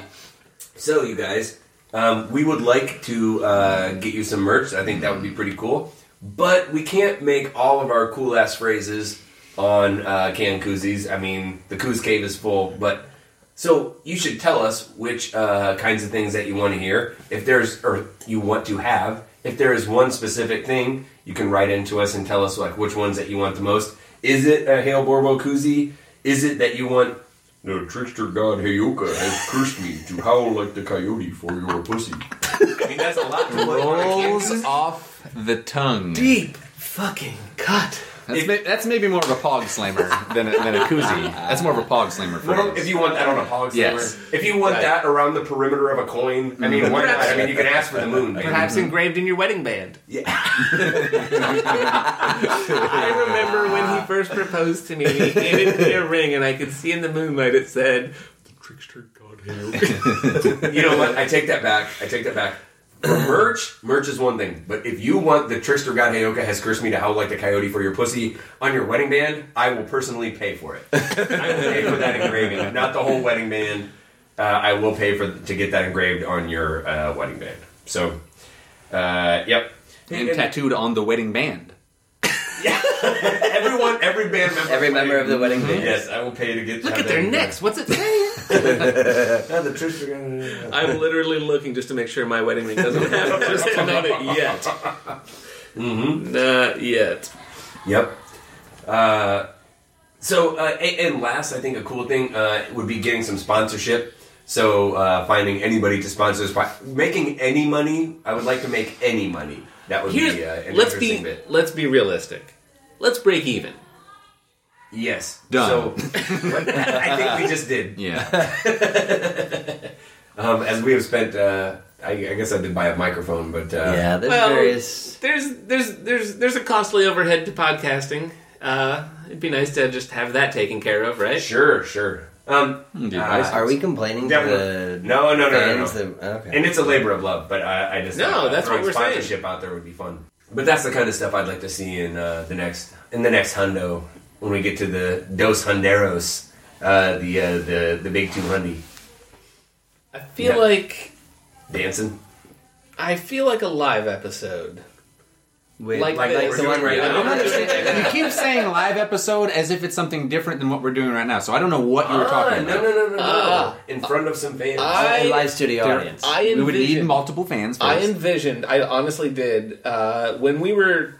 [SPEAKER 2] So, you guys, Um, we would like to uh, get you some merch. I think that would be pretty cool. But we can't make all of our cool ass phrases on uh, can koozies. I mean, the kooz cave is full, but. So you should tell us which uh, kinds of things that you want to hear, if there's or you want to have. If there is one specific thing, you can write into us and tell us like which ones that you want the most. Is it a Hail Borbo koozie? Is it that you want? The trickster god Hayoka has cursed me to howl like the coyote for your pussy. I mean, that's a lot to like.
[SPEAKER 1] Rolls off the tongue.
[SPEAKER 7] Deep fucking cut.
[SPEAKER 1] That's, ma- that's maybe more of a pog slammer than a, than a koozie. That's more of a pog slammer phrase.
[SPEAKER 2] Well, if you want that on a hog somewhere.
[SPEAKER 1] Yes.
[SPEAKER 2] If you want that around the perimeter of a coin, I mean, why not? I mean, you can ask for the moon. man.
[SPEAKER 7] Perhaps engraved in your wedding band.
[SPEAKER 2] Yeah.
[SPEAKER 7] I remember when he first proposed to me, he gave me a ring, and I could see in the moonlight it said,
[SPEAKER 2] You know what? I take that back. I take that back. For merch, merch is one thing, but if you want the trickster god Hayoka has cursed me to howl like the coyote for your pussy on your wedding band, I will personally pay for it. I will pay for that engraving, not the whole wedding band. Uh, I will pay for to get that engraved on your uh, wedding band. So, uh, yep.
[SPEAKER 1] and tattooed on the wedding band.
[SPEAKER 2] everyone, every band member,
[SPEAKER 3] Every member
[SPEAKER 2] Mm-hmm.
[SPEAKER 3] of the wedding band.
[SPEAKER 2] Yes, I will pay to get.
[SPEAKER 7] Look
[SPEAKER 2] have
[SPEAKER 7] at their
[SPEAKER 2] that
[SPEAKER 7] necks. What's it saying?
[SPEAKER 2] engraved. Yeah, the trickster god.
[SPEAKER 7] I'm literally looking just to make sure my wedding ring doesn't have just on it yet. Mm-hmm. Not yet.
[SPEAKER 2] Yep. Uh, so, uh, a- and last, I think a cool thing uh, would be getting some sponsorship. So, uh, finding anybody to sponsor, this pod- making any money. I would like to make any money. That would
[SPEAKER 7] Here's,
[SPEAKER 2] be uh, an
[SPEAKER 7] let's
[SPEAKER 2] interesting
[SPEAKER 7] be
[SPEAKER 2] bit.
[SPEAKER 7] let's be realistic. Let's break even.
[SPEAKER 2] Yes.
[SPEAKER 1] Done.
[SPEAKER 2] So, what- I think we just did.
[SPEAKER 1] Yeah.
[SPEAKER 2] Um, as we have spent, uh, I, I guess I did buy a microphone, but uh,
[SPEAKER 3] Yeah, there's
[SPEAKER 7] Well-
[SPEAKER 3] various.
[SPEAKER 7] There's there's there's there's a costly overhead to podcasting. Uh, it'd be nice to just have that taken care of, right?
[SPEAKER 2] sure, sure. Um,
[SPEAKER 1] Dude,
[SPEAKER 2] uh,
[SPEAKER 3] Are we complaining to
[SPEAKER 2] definitely-
[SPEAKER 3] the
[SPEAKER 2] no, no, no, no, no.
[SPEAKER 3] fans? that- okay.
[SPEAKER 2] And it's a labor of love, but I, I just
[SPEAKER 7] No,
[SPEAKER 2] uh,
[SPEAKER 7] that's
[SPEAKER 2] throwing
[SPEAKER 7] what we're saying.
[SPEAKER 2] sponsorship out there would be fun. But that's the kind of stuff I'd like to see in uh, the next in the next hundo when we get to the Dos Honderos, uh, the uh, the the big two hundy
[SPEAKER 7] I feel
[SPEAKER 2] Yeah.
[SPEAKER 7] like
[SPEAKER 2] dancing.
[SPEAKER 7] I feel like a live episode.
[SPEAKER 3] Wait,
[SPEAKER 7] like
[SPEAKER 3] like,
[SPEAKER 7] this.
[SPEAKER 3] the one right
[SPEAKER 2] Yeah.
[SPEAKER 3] now.
[SPEAKER 1] I'm not understanding. You keep saying live episode as if it's something different than what we're doing right now. So I don't know what you were
[SPEAKER 2] Ah,
[SPEAKER 1] talking
[SPEAKER 2] no, no,
[SPEAKER 1] about.
[SPEAKER 2] no, no, no!
[SPEAKER 7] Ah.
[SPEAKER 2] in front of some fans.
[SPEAKER 7] I-
[SPEAKER 3] A live studio
[SPEAKER 1] There-
[SPEAKER 3] audience.
[SPEAKER 7] I
[SPEAKER 1] We
[SPEAKER 7] envision,
[SPEAKER 1] would need multiple fans. First.
[SPEAKER 7] I envisioned. I honestly did. Uh, when we were,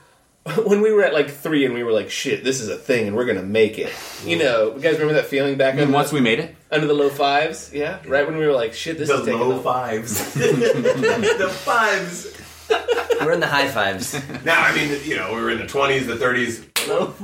[SPEAKER 7] when we were at like three, and we were like, "Shit, this is a thing, and we're gonna make it." You know, you guys remember that feeling back
[SPEAKER 1] and
[SPEAKER 7] under,
[SPEAKER 1] once we made it,
[SPEAKER 7] under the low fives? Yeah, right when we were like, "Shit, this
[SPEAKER 2] the
[SPEAKER 7] is taking
[SPEAKER 2] low
[SPEAKER 7] off."
[SPEAKER 2] fives, the fives.
[SPEAKER 3] We're in the high fives.
[SPEAKER 2] Now, I mean, you know, we were in the twenties, the thirties.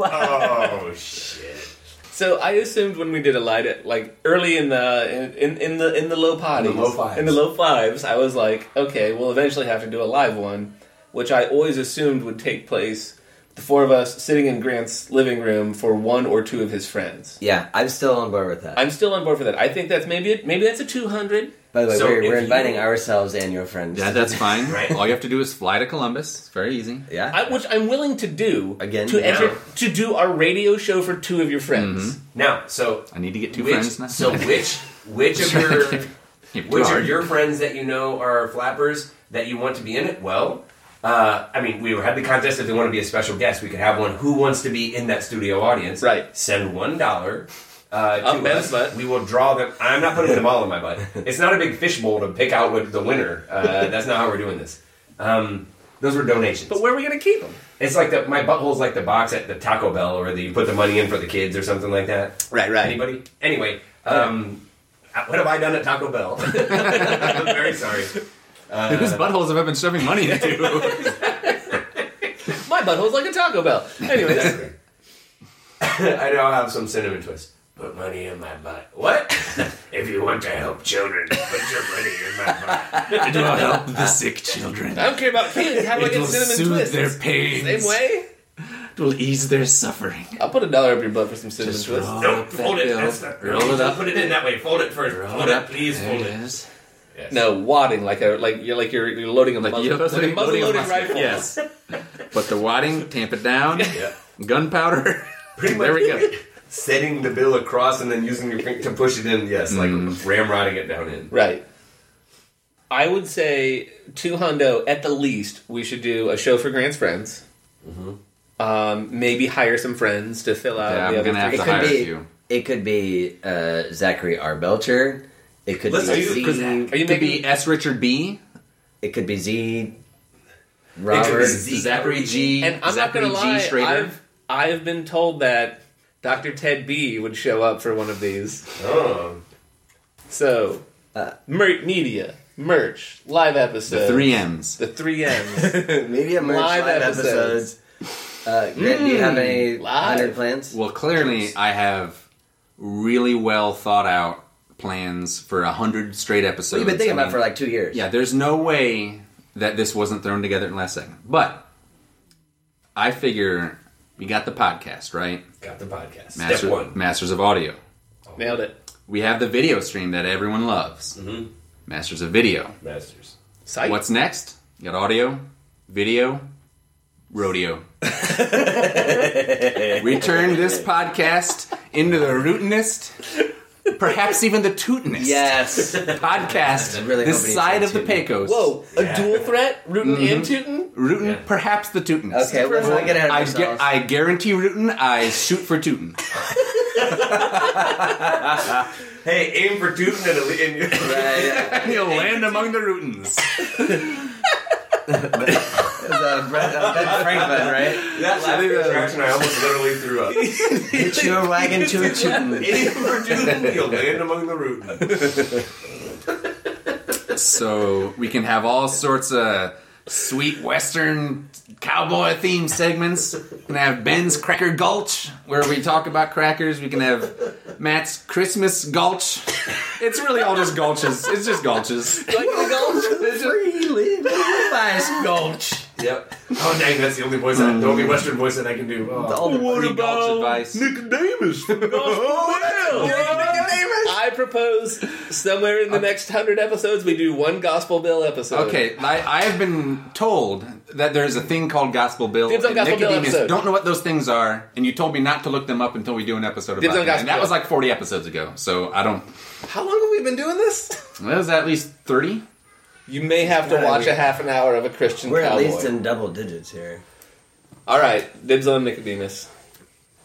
[SPEAKER 2] Oh shit!
[SPEAKER 7] So I assumed when we did a light, at, like early in the in, in, in the in the low potties,
[SPEAKER 2] In the low fives.
[SPEAKER 7] in the low fives, I was like, okay, we'll eventually have to do a live one, which I always assumed would take place. The four of us sitting in Grant's living room for one or two of his friends.
[SPEAKER 3] Yeah, I'm still on board with that.
[SPEAKER 7] I'm still on board for that. I think that's maybe a, maybe that's a 200.
[SPEAKER 3] By the way,
[SPEAKER 2] So
[SPEAKER 3] we're,
[SPEAKER 2] if
[SPEAKER 3] we're
[SPEAKER 2] you-
[SPEAKER 3] inviting ourselves and your friends.
[SPEAKER 1] yeah, that's fine.
[SPEAKER 2] Right.
[SPEAKER 1] All you have to do is fly to Columbus. It's very easy.
[SPEAKER 3] yeah.
[SPEAKER 7] I, which I'm willing to do
[SPEAKER 3] Again,
[SPEAKER 7] to
[SPEAKER 3] yeah.
[SPEAKER 7] enter to do our radio show for two of your friends.
[SPEAKER 2] Now, so
[SPEAKER 1] I need to get two
[SPEAKER 2] which,
[SPEAKER 1] friends now.
[SPEAKER 2] so which which of your
[SPEAKER 1] Keep it
[SPEAKER 2] Which are
[SPEAKER 1] hard.
[SPEAKER 2] your friends that you know are flappers that you want to be in it? Well, uh, I mean, we had the contest. If they want to be a special guest, we could have one. Who wants to be in that studio audience?
[SPEAKER 7] Right.
[SPEAKER 2] Send one dollar. Uh,
[SPEAKER 7] Up
[SPEAKER 2] to
[SPEAKER 7] Ben's
[SPEAKER 2] us.
[SPEAKER 7] butt.
[SPEAKER 2] We will draw them. I'm not putting them all in my butt. It's not a big fishbowl to pick out what the winner. Uh, that's not how we're doing this. Um, those were donations.
[SPEAKER 7] But where are we going to keep them?
[SPEAKER 2] It's like the, my butthole's like the box at the Taco Bell, or the you put the money in for the kids or something like that.
[SPEAKER 7] Right, right.
[SPEAKER 2] Anybody? Anyway,
[SPEAKER 1] Oh,
[SPEAKER 2] um, what have I done at Taco Bell? I'm very sorry.
[SPEAKER 1] Whose buttholes have I been shoving money into?
[SPEAKER 7] My butthole's like a Taco Bell. Anyways,
[SPEAKER 2] I now have some cinnamon twist. Put money in my butt. What? if you want to help children, put your money in my butt.
[SPEAKER 1] Do I help the sick children?
[SPEAKER 7] I don't care about kids. How do I
[SPEAKER 1] It
[SPEAKER 7] get
[SPEAKER 1] will
[SPEAKER 7] cinnamon
[SPEAKER 1] soothe
[SPEAKER 7] twists?
[SPEAKER 1] their pains.
[SPEAKER 7] Same way.
[SPEAKER 1] It will ease their suffering.
[SPEAKER 7] I'll put a dollar up your butt for some cinnamon
[SPEAKER 1] Just
[SPEAKER 7] twists.
[SPEAKER 1] roll.
[SPEAKER 2] No,
[SPEAKER 1] That
[SPEAKER 2] fold it.
[SPEAKER 1] bill.
[SPEAKER 2] That's not,
[SPEAKER 1] Roll
[SPEAKER 2] no,
[SPEAKER 1] it up.
[SPEAKER 2] Put it in that way. Fold it first.
[SPEAKER 1] Roll
[SPEAKER 2] fold
[SPEAKER 1] it
[SPEAKER 2] it,
[SPEAKER 1] up.
[SPEAKER 2] please.
[SPEAKER 1] There
[SPEAKER 2] Fold
[SPEAKER 1] it
[SPEAKER 2] it.
[SPEAKER 1] is.
[SPEAKER 2] Yes.
[SPEAKER 7] No, wadding like a like you're like you're, you're loading a muzzle,
[SPEAKER 1] you're
[SPEAKER 7] like a muzzle
[SPEAKER 1] loading a
[SPEAKER 7] loading
[SPEAKER 1] musket.
[SPEAKER 7] rifle.
[SPEAKER 1] Yes. But the wadding, tamp it down.
[SPEAKER 2] Yeah.
[SPEAKER 1] Gunpowder.
[SPEAKER 2] Pretty much.
[SPEAKER 1] There we go.
[SPEAKER 2] Setting the bill
[SPEAKER 1] Mm-hmm.
[SPEAKER 2] across and then using your finger to push it in. Yes, like ramrodding it down in.
[SPEAKER 7] Right. I would say two hundo at the least. We should do a show for Grant's friends. Um, maybe hire some friends to fill out.
[SPEAKER 1] Mm-hmm. Yeah,
[SPEAKER 7] the
[SPEAKER 1] I'm
[SPEAKER 7] other
[SPEAKER 1] gonna have
[SPEAKER 7] three.
[SPEAKER 1] to
[SPEAKER 3] It could
[SPEAKER 1] hire
[SPEAKER 3] be-
[SPEAKER 1] a few.
[SPEAKER 3] It could be uh, Zachary R. Belcher. It could
[SPEAKER 2] Let's
[SPEAKER 3] be
[SPEAKER 2] do- 'cause-
[SPEAKER 3] Z.
[SPEAKER 7] Are you
[SPEAKER 1] Could
[SPEAKER 7] making?
[SPEAKER 1] be S. Richard B.
[SPEAKER 3] It could be Z.
[SPEAKER 2] be
[SPEAKER 3] Robert.
[SPEAKER 2] Z.
[SPEAKER 1] Zachary G.
[SPEAKER 7] and I'm
[SPEAKER 1] Zachary
[SPEAKER 7] not gonna
[SPEAKER 1] G.
[SPEAKER 7] lie.
[SPEAKER 1] Schrader.
[SPEAKER 7] I've I've been told that Dr. Ted B would show up for one of these.
[SPEAKER 2] Oh.
[SPEAKER 7] So,
[SPEAKER 3] Uh,
[SPEAKER 7] mer- media, merch, live
[SPEAKER 1] the
[SPEAKER 7] episodes,
[SPEAKER 1] three M's.
[SPEAKER 7] the three M's.
[SPEAKER 3] Maybe a merch
[SPEAKER 7] Live
[SPEAKER 3] live,
[SPEAKER 7] episodes.
[SPEAKER 3] episodes. Uh, Grant, do you have any
[SPEAKER 7] live.
[SPEAKER 3] hundred plans?
[SPEAKER 1] Well, clearly, I have really well thought out plans for a hundred straight episodes.
[SPEAKER 3] You've been thinking
[SPEAKER 1] I
[SPEAKER 3] about
[SPEAKER 1] mean,
[SPEAKER 3] it for like two years.
[SPEAKER 1] Yeah, there's no way that this wasn't thrown together in the last second. But I figure we got the podcast right.
[SPEAKER 2] Got the podcast.
[SPEAKER 1] Master-
[SPEAKER 2] Step one.
[SPEAKER 1] Masters of audio.
[SPEAKER 7] Nailed it.
[SPEAKER 1] We have the video stream that everyone loves.
[SPEAKER 2] Mhm.
[SPEAKER 1] Masters of video.
[SPEAKER 2] Masters.
[SPEAKER 7] Psych.
[SPEAKER 1] What's next? You got audio, video, rodeo. Return this podcast into the rootinest, perhaps even the tootinest
[SPEAKER 3] Yes.
[SPEAKER 1] podcast
[SPEAKER 3] I'm really
[SPEAKER 1] this
[SPEAKER 3] hoping you
[SPEAKER 1] side
[SPEAKER 3] say
[SPEAKER 1] of the
[SPEAKER 3] tootin'.
[SPEAKER 1] Pecos.
[SPEAKER 7] Whoa,
[SPEAKER 2] Yeah.
[SPEAKER 7] a dual threat, rootin' and tootin'.
[SPEAKER 1] Rootin',
[SPEAKER 2] Yeah.
[SPEAKER 1] perhaps the tootinest.
[SPEAKER 3] okay, let's not get ahead of
[SPEAKER 1] I, gu-
[SPEAKER 3] ourselves.
[SPEAKER 1] I guarantee rootin', I shoot for tootin'.
[SPEAKER 2] Hey, aim for Tootin' and, a- and you
[SPEAKER 3] Right, yeah.
[SPEAKER 1] You'll land among the rootins.
[SPEAKER 3] It was, uh, Brett- uh, Ben Franklin, right?
[SPEAKER 2] That last contraction, I almost literally threw up.
[SPEAKER 3] Hitch your wagon to a tootin'.
[SPEAKER 2] aim for Tootin', you'll land among the Rootin'.
[SPEAKER 1] so we can have all sorts of sweet western cowboy themed segments. We can have Ben's Cracker Gulch, where we talk about crackers. We can have Matt's Christmas Gulch. It's really all just gulches. It's just gulches.
[SPEAKER 3] Levi's Gulch.
[SPEAKER 2] Yep. Oh, dang, that's the only voice, I, the only Western voice that I can do. Oh.
[SPEAKER 3] All the
[SPEAKER 1] Free gulch advice.
[SPEAKER 7] Nicodemus from Gospel I propose somewhere in the next hundred episodes we do one Gospel Bill episode.
[SPEAKER 1] Okay, I, I have been told that there is a thing called Gospel Bill.
[SPEAKER 7] Dibs on
[SPEAKER 1] and
[SPEAKER 7] Gospel Bill
[SPEAKER 1] Nicodemus
[SPEAKER 7] episode.
[SPEAKER 1] don't know what those things are, and you told me not to look them up until we do an episode about
[SPEAKER 7] Dibs on
[SPEAKER 1] them.
[SPEAKER 7] Gospel
[SPEAKER 1] And that
[SPEAKER 7] Bill.
[SPEAKER 1] was like 40 episodes ago, so I don't.
[SPEAKER 7] How long have we been doing this?
[SPEAKER 1] That was at least 30?
[SPEAKER 7] You may have to
[SPEAKER 3] Yeah,
[SPEAKER 7] watch
[SPEAKER 3] we-
[SPEAKER 7] a half an hour of a Christian
[SPEAKER 3] We're at
[SPEAKER 7] cowboy.
[SPEAKER 3] least in double digits here.
[SPEAKER 7] All right, dibs on Nicodemus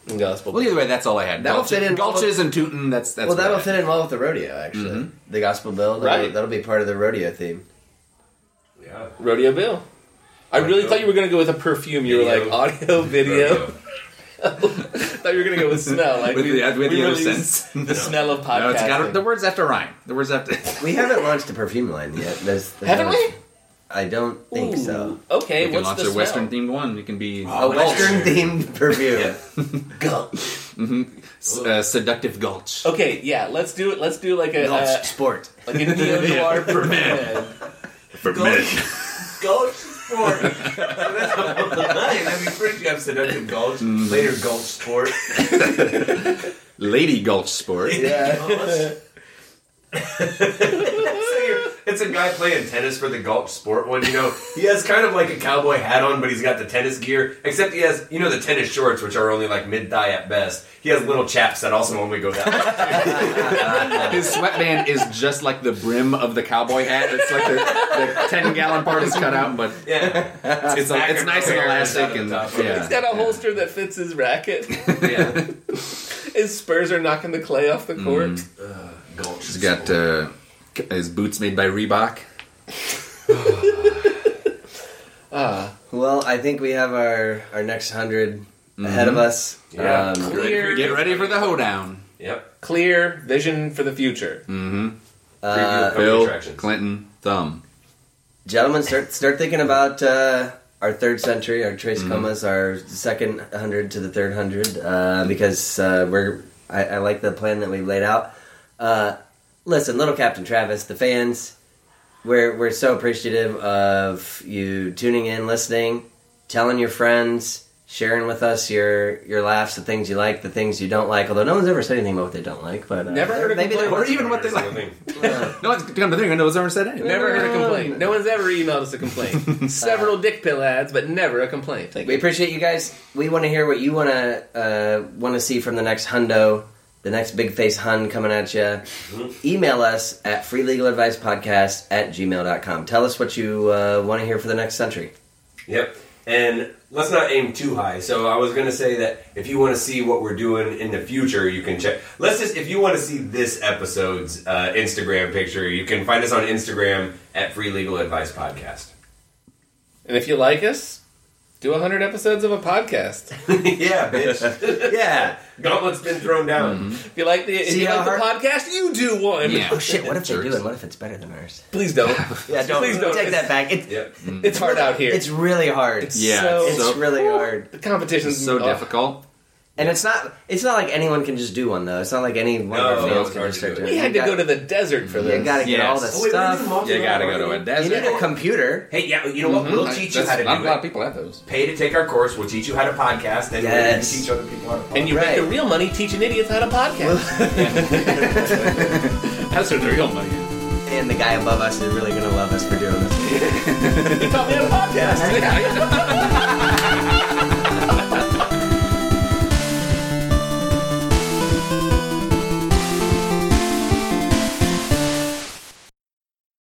[SPEAKER 7] and Gospel.
[SPEAKER 1] Well,
[SPEAKER 7] Bill.
[SPEAKER 1] either way, that's all I had.
[SPEAKER 3] That'll
[SPEAKER 1] Gulches-
[SPEAKER 3] fit in all
[SPEAKER 1] Gulches and Tootin. That's that's.
[SPEAKER 3] well,
[SPEAKER 1] what
[SPEAKER 3] that'll
[SPEAKER 1] I-
[SPEAKER 3] fit in well with the rodeo, actually. The gospel bill, that'll,
[SPEAKER 7] Mm-hmm. Right.
[SPEAKER 3] that'll be part of the rodeo theme.
[SPEAKER 2] Yeah.
[SPEAKER 7] Rodeo Bill. I really
[SPEAKER 2] Rodeo.
[SPEAKER 7] thought you were going to go with a perfume. You were
[SPEAKER 2] Video.
[SPEAKER 7] like audio, video. thought you were going to go with smell. Like
[SPEAKER 1] With
[SPEAKER 7] we,
[SPEAKER 1] the- with
[SPEAKER 7] we
[SPEAKER 1] the other
[SPEAKER 7] release
[SPEAKER 1] sense.
[SPEAKER 7] the smell of podcasting.
[SPEAKER 1] No, it's got the words after rhyme. The words after.
[SPEAKER 3] We haven't launched a perfume line yet. There's, there's
[SPEAKER 7] Haven't
[SPEAKER 3] no-
[SPEAKER 7] we?
[SPEAKER 3] I don't think
[SPEAKER 7] Ooh,
[SPEAKER 3] so.
[SPEAKER 7] Okay,
[SPEAKER 1] you can
[SPEAKER 7] what's
[SPEAKER 1] launch
[SPEAKER 7] the
[SPEAKER 1] a
[SPEAKER 7] smell?
[SPEAKER 1] Western themed one. You can be
[SPEAKER 3] A
[SPEAKER 2] Oh,
[SPEAKER 3] Western themed perfume.
[SPEAKER 7] Gulch.
[SPEAKER 1] uh, seductive gulch.
[SPEAKER 7] Okay, yeah, let's do it. Let's do like a
[SPEAKER 3] Gulch
[SPEAKER 7] uh,
[SPEAKER 3] sport.
[SPEAKER 7] like a neo noir for men.
[SPEAKER 1] For men.
[SPEAKER 2] Gulch Sport. That'd be pretty good. Seductive Gulch. Later, Gulch Sport.
[SPEAKER 1] Lady gulch sport.
[SPEAKER 3] Yeah.
[SPEAKER 2] So you're- It's a guy playing tennis for the Gulch Sport one. You know, he has kind of like a cowboy hat on, but he's got the tennis gear. Except he has, you know, the tennis shorts, which are only like mid thigh at best. He has little chaps that also only go that way.
[SPEAKER 1] His sweatband is just like the brim of the cowboy hat. It's like the, the ten gallon part is cut out, but
[SPEAKER 2] Yeah,
[SPEAKER 1] it's, it's, like, it's
[SPEAKER 2] Back
[SPEAKER 1] nice and
[SPEAKER 2] hair is out
[SPEAKER 1] elastic
[SPEAKER 2] of the
[SPEAKER 1] and
[SPEAKER 2] top of it.
[SPEAKER 1] yeah.
[SPEAKER 7] He's got a holster that fits his racket.
[SPEAKER 2] yeah.
[SPEAKER 7] His spurs are knocking the clay
[SPEAKER 1] Mm.
[SPEAKER 7] off the court.
[SPEAKER 2] Gulch.
[SPEAKER 1] He's got
[SPEAKER 2] Sport.
[SPEAKER 1] uh, c- his boots made by Reebok.
[SPEAKER 3] Well, I think we have our, our next 100
[SPEAKER 7] Mm-hmm.
[SPEAKER 3] ahead of us.
[SPEAKER 2] Yeah.
[SPEAKER 3] Um,
[SPEAKER 7] Clear,
[SPEAKER 1] Mm-hmm. Get ready for the hoedown. Mm-hmm.
[SPEAKER 2] Yep.
[SPEAKER 7] clear vision for the future.
[SPEAKER 3] uh,
[SPEAKER 2] Preview. Company
[SPEAKER 1] Bill
[SPEAKER 2] attractions.
[SPEAKER 1] Clinton thumb.
[SPEAKER 3] gentlemen, start start thinking about uh, our third century, our trace comas, our second hundred to the third hundred, uh, because uh, we're. I, I like the plan that we've laid out. Uh, listen, little Captain Travis, the fans, we're we're so appreciative of you tuning in, listening, telling your friends, sharing with us your your laughs, the things you like, the things you don't like. Although no one's ever said anything about what they don't like, but uh,
[SPEAKER 7] Never heard a
[SPEAKER 3] maybe they-
[SPEAKER 7] complaint.
[SPEAKER 1] Or even what they like.
[SPEAKER 2] Thing.
[SPEAKER 1] No, it's come to think, no one's ever said anything.
[SPEAKER 7] Never heard a complaint. No one's ever emailed us a complaint. Several dick pill ads, but never a complaint. Thank
[SPEAKER 3] We
[SPEAKER 7] you.
[SPEAKER 3] appreciate you guys. We want to hear what you want to uh, want to see from the next hundo. the next big face Hun coming at you, email us at freelegaladvicepodcast at gmail.com. Tell us what you uh, want to hear for the next century.
[SPEAKER 2] Yep. And let's not aim too high. So I was going to say that if you want to see what we're doing in the future, you can check. Let's just if you want to see this episode's uh, Instagram picture, you can find us on Instagram at Free Legal Advice Podcast.
[SPEAKER 7] And if you like us, do 100 episodes of a podcast.
[SPEAKER 2] yeah, bitch. yeah, gauntlet's been thrown down.
[SPEAKER 1] Mm-hmm.
[SPEAKER 7] If you like the, if
[SPEAKER 3] See
[SPEAKER 7] you
[SPEAKER 3] how
[SPEAKER 7] like the
[SPEAKER 3] hard-
[SPEAKER 7] podcast, you do one.
[SPEAKER 1] Yeah.
[SPEAKER 3] Oh shit, what if they
[SPEAKER 1] Jerks.
[SPEAKER 3] do and what if it's better than ours?
[SPEAKER 7] Please don't.
[SPEAKER 3] Yeah, don't,
[SPEAKER 7] Please don't.
[SPEAKER 3] take that back. It,
[SPEAKER 2] Yep.
[SPEAKER 7] It's hard out here.
[SPEAKER 3] It's really hard.
[SPEAKER 1] Yeah,
[SPEAKER 7] So-
[SPEAKER 1] it's
[SPEAKER 3] It's
[SPEAKER 1] so,
[SPEAKER 3] really hard.
[SPEAKER 7] the competition's
[SPEAKER 1] so
[SPEAKER 7] oh,
[SPEAKER 1] difficult.
[SPEAKER 3] And it's not it's not like anyone can just do one though. It's not like any one
[SPEAKER 2] No,
[SPEAKER 3] of our fans
[SPEAKER 2] it's
[SPEAKER 3] can
[SPEAKER 2] hard
[SPEAKER 3] just
[SPEAKER 2] to
[SPEAKER 3] start
[SPEAKER 2] do
[SPEAKER 3] doing
[SPEAKER 7] We
[SPEAKER 3] it.
[SPEAKER 7] had
[SPEAKER 3] You
[SPEAKER 7] to
[SPEAKER 3] got-
[SPEAKER 7] go to the desert for
[SPEAKER 3] You
[SPEAKER 7] this.
[SPEAKER 3] gotta get all the
[SPEAKER 1] Yes.
[SPEAKER 2] Oh, wait, we're
[SPEAKER 3] stuff.
[SPEAKER 2] doing multi-
[SPEAKER 1] You gotta go to a
[SPEAKER 3] you
[SPEAKER 1] desert.
[SPEAKER 3] need a computer.
[SPEAKER 2] Hey, yeah, you know what? We'll teach you how to do
[SPEAKER 1] Not a lot
[SPEAKER 2] it.
[SPEAKER 1] of people have those.
[SPEAKER 2] Pay to take our course. We'll teach you how to podcast, and
[SPEAKER 3] Yes.
[SPEAKER 2] we'll teach other people how to podcast.
[SPEAKER 7] And you
[SPEAKER 3] Right.
[SPEAKER 7] make the real money teaching idiots how to podcast. That's where the real money is.
[SPEAKER 3] And the guy above us is really gonna love us for doing this.
[SPEAKER 7] You taught me how to podcast.